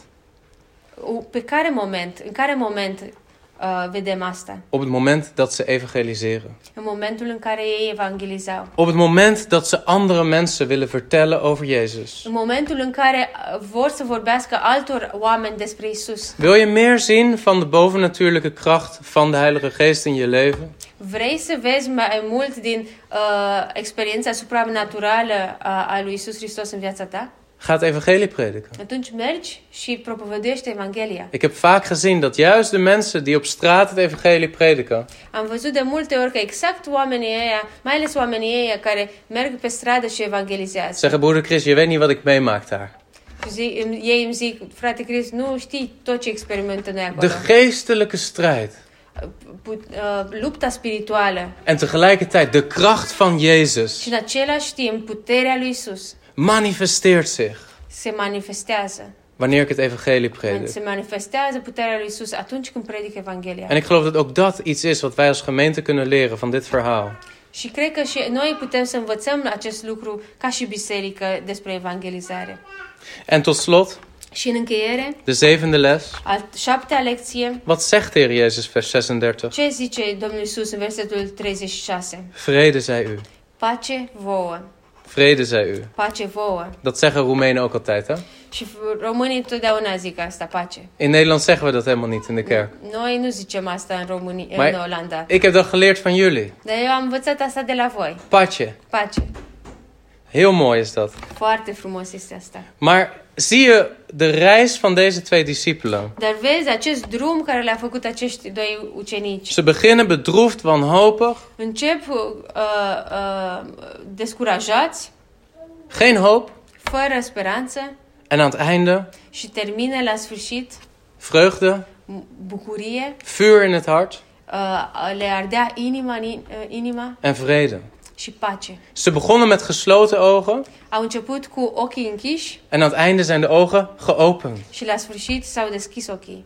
Speaker 2: Pe care moment, în care moment uh, vedem asta.
Speaker 1: op het moment dat ze evangeliseren.
Speaker 2: În momentul în care ei evangelizau.
Speaker 1: Op het moment dat ze andere mensen willen vertellen over Jezus.
Speaker 2: În momentul în care uh, vor să vorbească altor oameni despre Isus.
Speaker 1: Wil je meer zien van de bovennatuurlijke kracht van de Heilige Geest in je leven?
Speaker 2: Vrei să vezi mai mult din uh, experiența supranaturală uh, a lui Isus Hristos în viața ta?
Speaker 1: Ga het evangelie prediken.
Speaker 2: Atunci mergi și propovăduiește Evanghelia.
Speaker 1: Ik heb vaak gezien dat juist de mensen die op straat het evangelie prediken,
Speaker 2: Am văzut de multe ori că exact oamenii ăia, mai ales oamenii ăia care merg pe stradă și evangelizează.
Speaker 1: zeggen broeder Chris, je weet niet wat ik meemaak daar.
Speaker 2: Zi, îmi- ei îmi zic, frate Crist, nu știi tot ce experimentăm noi acolo.
Speaker 1: De geestelijke strijd
Speaker 2: Put- uh, lupta spirituală
Speaker 1: en tegelijkertijd de kracht van Jezus
Speaker 2: și în același timp puterea lui Isus
Speaker 1: manifesteert zich
Speaker 2: se manifestează.
Speaker 1: wanneer ik het evangelie predik.
Speaker 2: Se manifestează puterea lui Isus atunci când predic Evanghelia.
Speaker 1: En ik geloof dat ook dat iets is wat wij als gemeente kunnen leren van dit verhaal.
Speaker 2: Și cred că și noi putem să învățăm acest lucru ca și biserică despre evangelizare.
Speaker 1: En tot slot,
Speaker 2: Și în încheiere,
Speaker 1: de zevende les.
Speaker 2: al șaptea lecție,
Speaker 1: Wat zegt de Heer Jezus, vers 36?
Speaker 2: ce zice Domnul Isus în versetul 36?
Speaker 1: Vrede zij u.
Speaker 2: Pace vouă,
Speaker 1: Vrede zij u.
Speaker 2: pace vouă.
Speaker 1: Dat zeggen Roemenen ook altijd, hè?
Speaker 2: Și f- românii totdeauna zic asta, pace.
Speaker 1: In Nederland zeggen we dat helemaal niet in de kerk.
Speaker 2: Noi nu zicem asta în România,
Speaker 1: Mai-
Speaker 2: în Olanda.
Speaker 1: Ik heb dat geleerd van jullie.
Speaker 2: Dar eu am învățat asta de la voi.
Speaker 1: Patje.
Speaker 2: Pace.
Speaker 1: Heel mooi is dat.
Speaker 2: Foarte frumos este asta.
Speaker 1: Maar zie je de reis van deze twee discipelen?
Speaker 2: Dar vezi acest drum care le-a făcut acești doi ucenici.
Speaker 1: Ze beginnen bedroefd, wanhopig,
Speaker 2: Încep uh, uh, descurajați,
Speaker 1: geen hoop.
Speaker 2: fără speranță
Speaker 1: En aan het einde
Speaker 2: și termină la sfârșit
Speaker 1: vreugde,
Speaker 2: m- bucurie,
Speaker 1: vuur in het hart
Speaker 2: uh, le ardea inima, în in- uh, inima
Speaker 1: en vrede.
Speaker 2: și pace.
Speaker 1: Ze begonnen met gesloten ogen
Speaker 2: Au început cu ochii închiși
Speaker 1: en aan het einde zijn de ogen geopend.
Speaker 2: și la sfârșit s-au deschis ochii.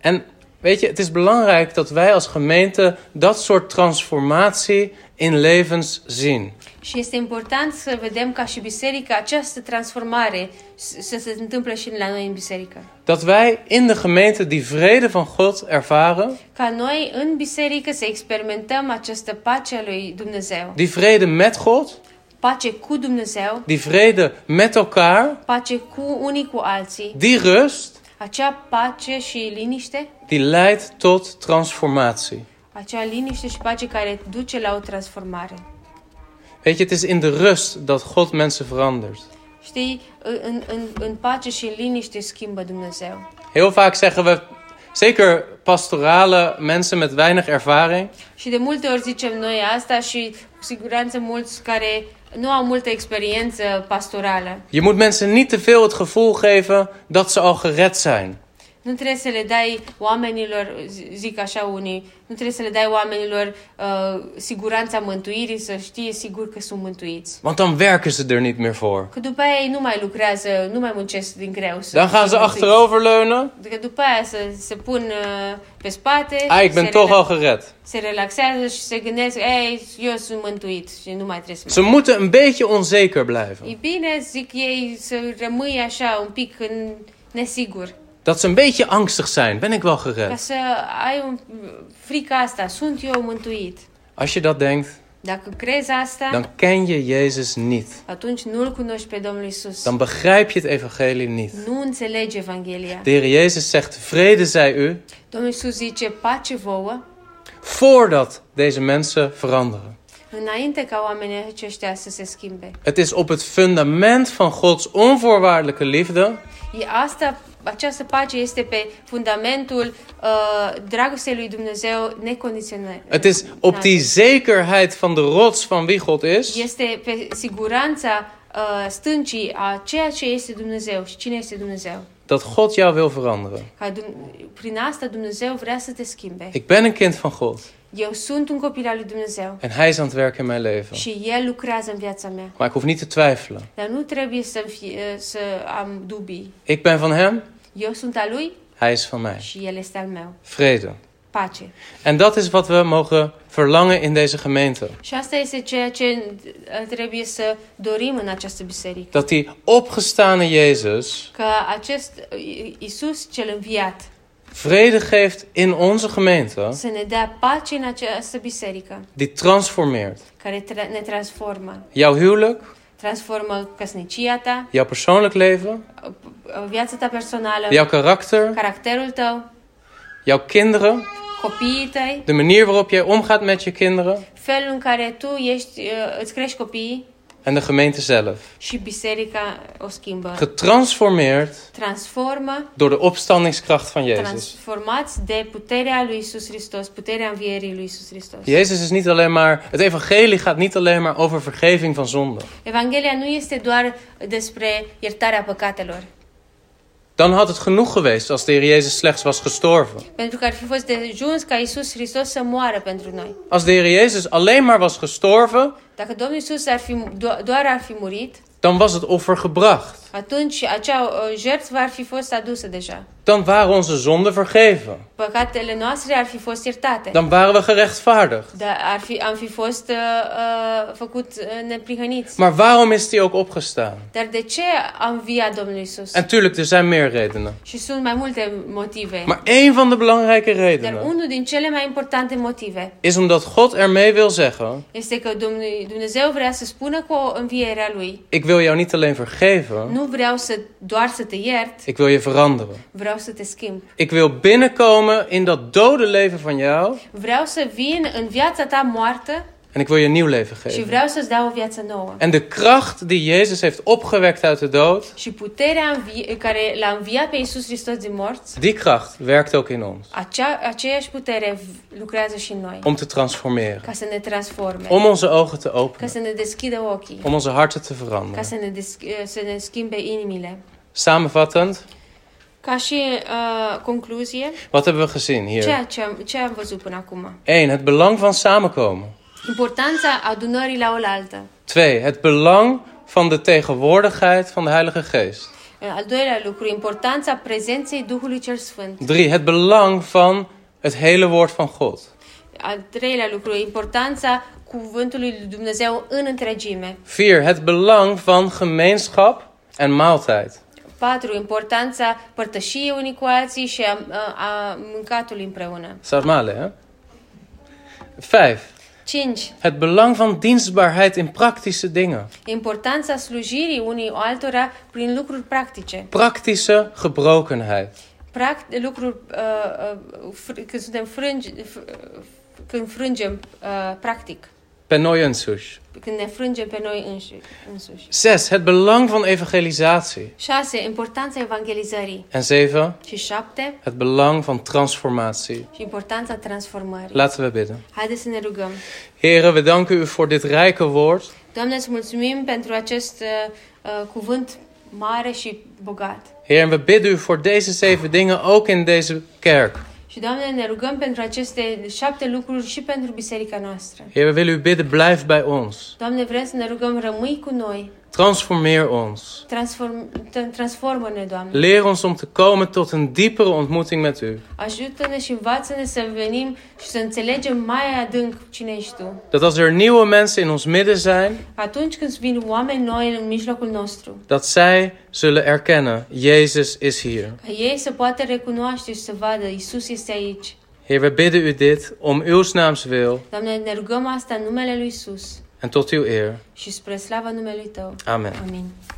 Speaker 1: En weet je, het is belangrijk dat wij als gemeente dat soort transformatie in levens zien.
Speaker 2: Și este important să vedem ca și biserică această transformare s- să se întâmple și la noi în biserică.
Speaker 1: Dat wij in de gemeente die vrede van God ervaren,
Speaker 2: Ca noi în biserică să experimentăm această pace a lui Dumnezeu.
Speaker 1: die vrede met God,
Speaker 2: Pace cu Dumnezeu,
Speaker 1: die vrede met elkaar,
Speaker 2: pace cu unii cu alții.
Speaker 1: die rust
Speaker 2: Acea pace și liniște,
Speaker 1: die leidt tot transformatie.
Speaker 2: acea liniște și pace care duce la o transformare.
Speaker 1: Weet je, het is in de rust dat God mensen verandert.
Speaker 2: Știi, în, în, în pace și în liniște schimbă Dumnezeu.
Speaker 1: Heel vaak zeggen we, zeker pastorale mensen met weinig ervaring,
Speaker 2: Și de multe ori zicem noi asta și cu siguranță mulți care nu au multă experiență pastorală.
Speaker 1: je moet mensen niet te veel het gevoel geven dat ze al gered zijn.
Speaker 2: Nu trebuie să le dai oamenilor, zi- zic așa unii, nu trebuie să le dai oamenilor uh, siguranța mântuirii, să știe sigur că sunt mântuiți.
Speaker 1: Want dan werken ze er niet meer voor.
Speaker 2: Că după aia ei nu mai lucrează, nu mai muncesc din greu. Să
Speaker 1: Dan gaan ze
Speaker 2: să mântuiți.
Speaker 1: achteroverleunen.
Speaker 2: Că după aia se, se pun uh, pe spate,
Speaker 1: Ah, ik ben
Speaker 2: se,
Speaker 1: toch
Speaker 2: rela-
Speaker 1: al gered.
Speaker 2: se relaxează și se gândesc, ei, eu sunt mântuit și nu mai trebuie să
Speaker 1: Ze moeten een beetje onzeker
Speaker 2: mai...
Speaker 1: blijven.
Speaker 2: E bine, zic ei, să rămâi așa un pic în nesigur.
Speaker 1: Dat ze een beetje angstig zijn. Ben ik wel
Speaker 2: Ca
Speaker 1: gered?
Speaker 2: să ai un, frica asta, sunt eu mântuit.
Speaker 1: Als je dat denkt,
Speaker 2: Dacă crezi asta,
Speaker 1: dan ken je Jezus niet.
Speaker 2: atunci nu-L cunoști pe Domnul Isus.
Speaker 1: Dan begrijp je het evangelie niet.
Speaker 2: Nu înțelegi Evanghelia.
Speaker 1: De Heer Jezus zegt, vrede zij u,
Speaker 2: Domnul Isus zice, pace vouă,
Speaker 1: voordat deze mensen veranderen.
Speaker 2: înainte ca oamenii aceștia să se schimbe.
Speaker 1: Het is op het fundament van Gods onvoorwaardelijke liefde
Speaker 2: E asta, această pace este pe fundamentul uh, dragostei lui Dumnezeu necondiționat.
Speaker 1: Het is op die zekerheid van de rots van wie God is.
Speaker 2: Este pe siguranța uh, stâncii a ceea ce este Dumnezeu și cine este Dumnezeu.
Speaker 1: Dat God jou wil veranderen.
Speaker 2: Ca Dum- prin asta Dumnezeu vrea să te schimbe.
Speaker 1: Ik ben een kind van God.
Speaker 2: Eu sunt un copil al lui Dumnezeu
Speaker 1: En hij is aan het werk in mijn leven.
Speaker 2: și El lucrează în viața mea.
Speaker 1: Maar ik hoef niet te twijfelen.
Speaker 2: Dar nu trebuie să, fie, uh, să am dubii.
Speaker 1: Ik ben van hem,
Speaker 2: Eu sunt al lui
Speaker 1: hij is van mij.
Speaker 2: și el este al meu.
Speaker 1: Vrede.
Speaker 2: Pace.
Speaker 1: En dat is wat we mogen verlangen in deze gemeente.
Speaker 2: Și asta este ceea ce trebuie să dorim în această biserică.
Speaker 1: Dat die opgestane Jezus
Speaker 2: Că acest Isus cel înviat
Speaker 1: vrede geeft in onze gemeente,
Speaker 2: să ne dea pace în această biserică
Speaker 1: die transformeert.
Speaker 2: care tra- ne transformă.
Speaker 1: Jouw huwelijk,
Speaker 2: Transformă căsnicia ta,
Speaker 1: jouw persoonlijk leven,
Speaker 2: viața ta personală,
Speaker 1: jouw karakter,
Speaker 2: caracterul tău,
Speaker 1: jouw kinderen,
Speaker 2: copiii tăi,
Speaker 1: de manier waarop jij omgaat met je kinderen
Speaker 2: felul în care tu ești, uh, îți crești copiii
Speaker 1: en de gemeente zelf.
Speaker 2: și biserica o schimbă.
Speaker 1: Getransformeerd
Speaker 2: Transformă,
Speaker 1: door de opstandingskracht van Jezus.
Speaker 2: transformați de puterea lui Isus Hristos, puterea învierii lui Isus Hristos.
Speaker 1: Jezus is niet alleen maar, het evangelie gaat niet alleen maar over vergeving van zonde.
Speaker 2: Evanghelia nu este doar despre iertarea păcatelor,
Speaker 1: Dan had het genoeg geweest als de Heer Jezus slechts was gestorven.
Speaker 2: pentru că ar fi fost de ajuns ca Isus Hristos să moară pentru noi.
Speaker 1: Als de Heer Jezus alleen maar was gestorven,
Speaker 2: Dacă Domnul Isus ar fi, do- doar ar fi murit,
Speaker 1: dan was het offer gebracht.
Speaker 2: atunci acea uh, jertfă ar fi fost adusă deja.
Speaker 1: Dan waren onze zonden vergeven.
Speaker 2: Păcatele noastre ar fi fost iertate.
Speaker 1: Dan waren we gerechtvaardigd.
Speaker 2: Dar ar fi, am fi fost uh, uh, făcut uh, neprihăniți.
Speaker 1: Maar waarom is hij ook opgestaan?
Speaker 2: Dar de ce a înviat Domnul Isus?
Speaker 1: En tuurlijk, er zijn meer redenen.
Speaker 2: Și sunt mai multe motive.
Speaker 1: Maar één van de belangrijke
Speaker 2: Dar
Speaker 1: redenen
Speaker 2: unul din cele mai importante motive
Speaker 1: is omdat God ermee wil zeggen:
Speaker 2: este că Domnul- Dumnezeu vrea să spună cu învierea Lui
Speaker 1: Ik wil jou niet alleen vergeven,
Speaker 2: Nu vreau să doar să te iert,
Speaker 1: ik wil je veranderen.
Speaker 2: vreau să te schimb.
Speaker 1: Ik wil binnenkomen in dat dode leven van jou
Speaker 2: Vreau să vin în viața ta moartă
Speaker 1: en ik wil je een nieuw leven
Speaker 2: și
Speaker 1: geven.
Speaker 2: vreau să-ți dau o viață nouă.
Speaker 1: En de kracht die Jezus heeft opgewekt uit de dood,
Speaker 2: Și puterea învi- care l-a înviat pe Iisus Hristos din morți,
Speaker 1: die kracht werkt ook in ons
Speaker 2: acea, aceeași putere v- lucrează și în noi,
Speaker 1: om te transformeren,
Speaker 2: ca să ne transforme,
Speaker 1: om onze ogen te
Speaker 2: ca
Speaker 1: openen.
Speaker 2: să ne deschidă ochii,
Speaker 1: om onze harten te
Speaker 2: ca
Speaker 1: veranderen.
Speaker 2: să ne, des- să ne schimbe inimile.
Speaker 1: Samenvattend,
Speaker 2: Ca și uh, concluzie,
Speaker 1: wat hebben we gezien hier?
Speaker 2: ceea ce am, ce am văzut până acum.
Speaker 1: 1. Het belang van samenkomen.
Speaker 2: Importanța adunării la oaltă.
Speaker 1: 2. Het belang van de tegenwoordigheid van de Heilige Geest.
Speaker 2: Eh, Al doilea lucru, importanța prezenței Duhului Cel Sfânt.
Speaker 1: 3. Het belang van het hele woord van God.
Speaker 2: Al treilea lucru, importanța cuvântului lui Dumnezeu în întregime.
Speaker 1: 4. Het belang van gemeenschap en maaltijd.
Speaker 2: 4. Importanța părtășiei unii cu alții și a, a, a mâncatului împreună.
Speaker 1: Sarmale, hè? 5.
Speaker 2: 5.
Speaker 1: Het belang van dienstbaarheid in praktische dingen.
Speaker 2: Importanța slujirii unii altora prin lucruri practice.
Speaker 1: Praktische gebrokenheid.
Speaker 2: Pract, lucruri uh, uh, fr- când suntem frângi, fr- când frângem uh, practic,
Speaker 1: Penoyensus.
Speaker 2: când ne frângem pe noi înși, însuși.
Speaker 1: 6. Het belang van evangelisatie.
Speaker 2: 6. Importanța evangelizării.
Speaker 1: En 7.
Speaker 2: Și 7.
Speaker 1: Het belang van transformatie.
Speaker 2: Și importanța transformării.
Speaker 1: Laten we bidden.
Speaker 2: Haideți să ne rugăm.
Speaker 1: Heren, we danken u voor dit rijke woord.
Speaker 2: Doamne, îți mulțumim pentru acest uh, uh, cuvânt mare și bogat.
Speaker 1: Heer, en we bidden u voor deze zeven dingen ook in deze kerk.
Speaker 2: Și, Doamne, ne rugăm pentru aceste șapte lucruri și pentru biserica noastră.
Speaker 1: Heer, we willen u bidden, blijf bij ons.
Speaker 2: Doamne, vrem să ne rugăm, rămâi cu noi,
Speaker 1: Transformeer ons.
Speaker 2: transform, te- transformă-ne, Doamne.
Speaker 1: Leer ons om te komen tot een diepere ontmoeting met u.
Speaker 2: Ajută-ne și învață-ne să venim și să înțelegem mai adânc cine ești Tu.
Speaker 1: Dat als er nieuwe mensen in ons midden zijn,
Speaker 2: Atunci când vin oameni noi în mijlocul nostru,
Speaker 1: dat zij zullen erkennen, Jezus is hier.
Speaker 2: ca ei să poată recunoaște și să vadă, Isus este aici.
Speaker 1: Heer, we bidden u dit om uw naams wil
Speaker 2: Doamne, ne rugăm asta în numele Lui Isus
Speaker 1: en tot uw eer.
Speaker 2: și spre slava numelui Tău.
Speaker 1: Amen.
Speaker 2: Amin.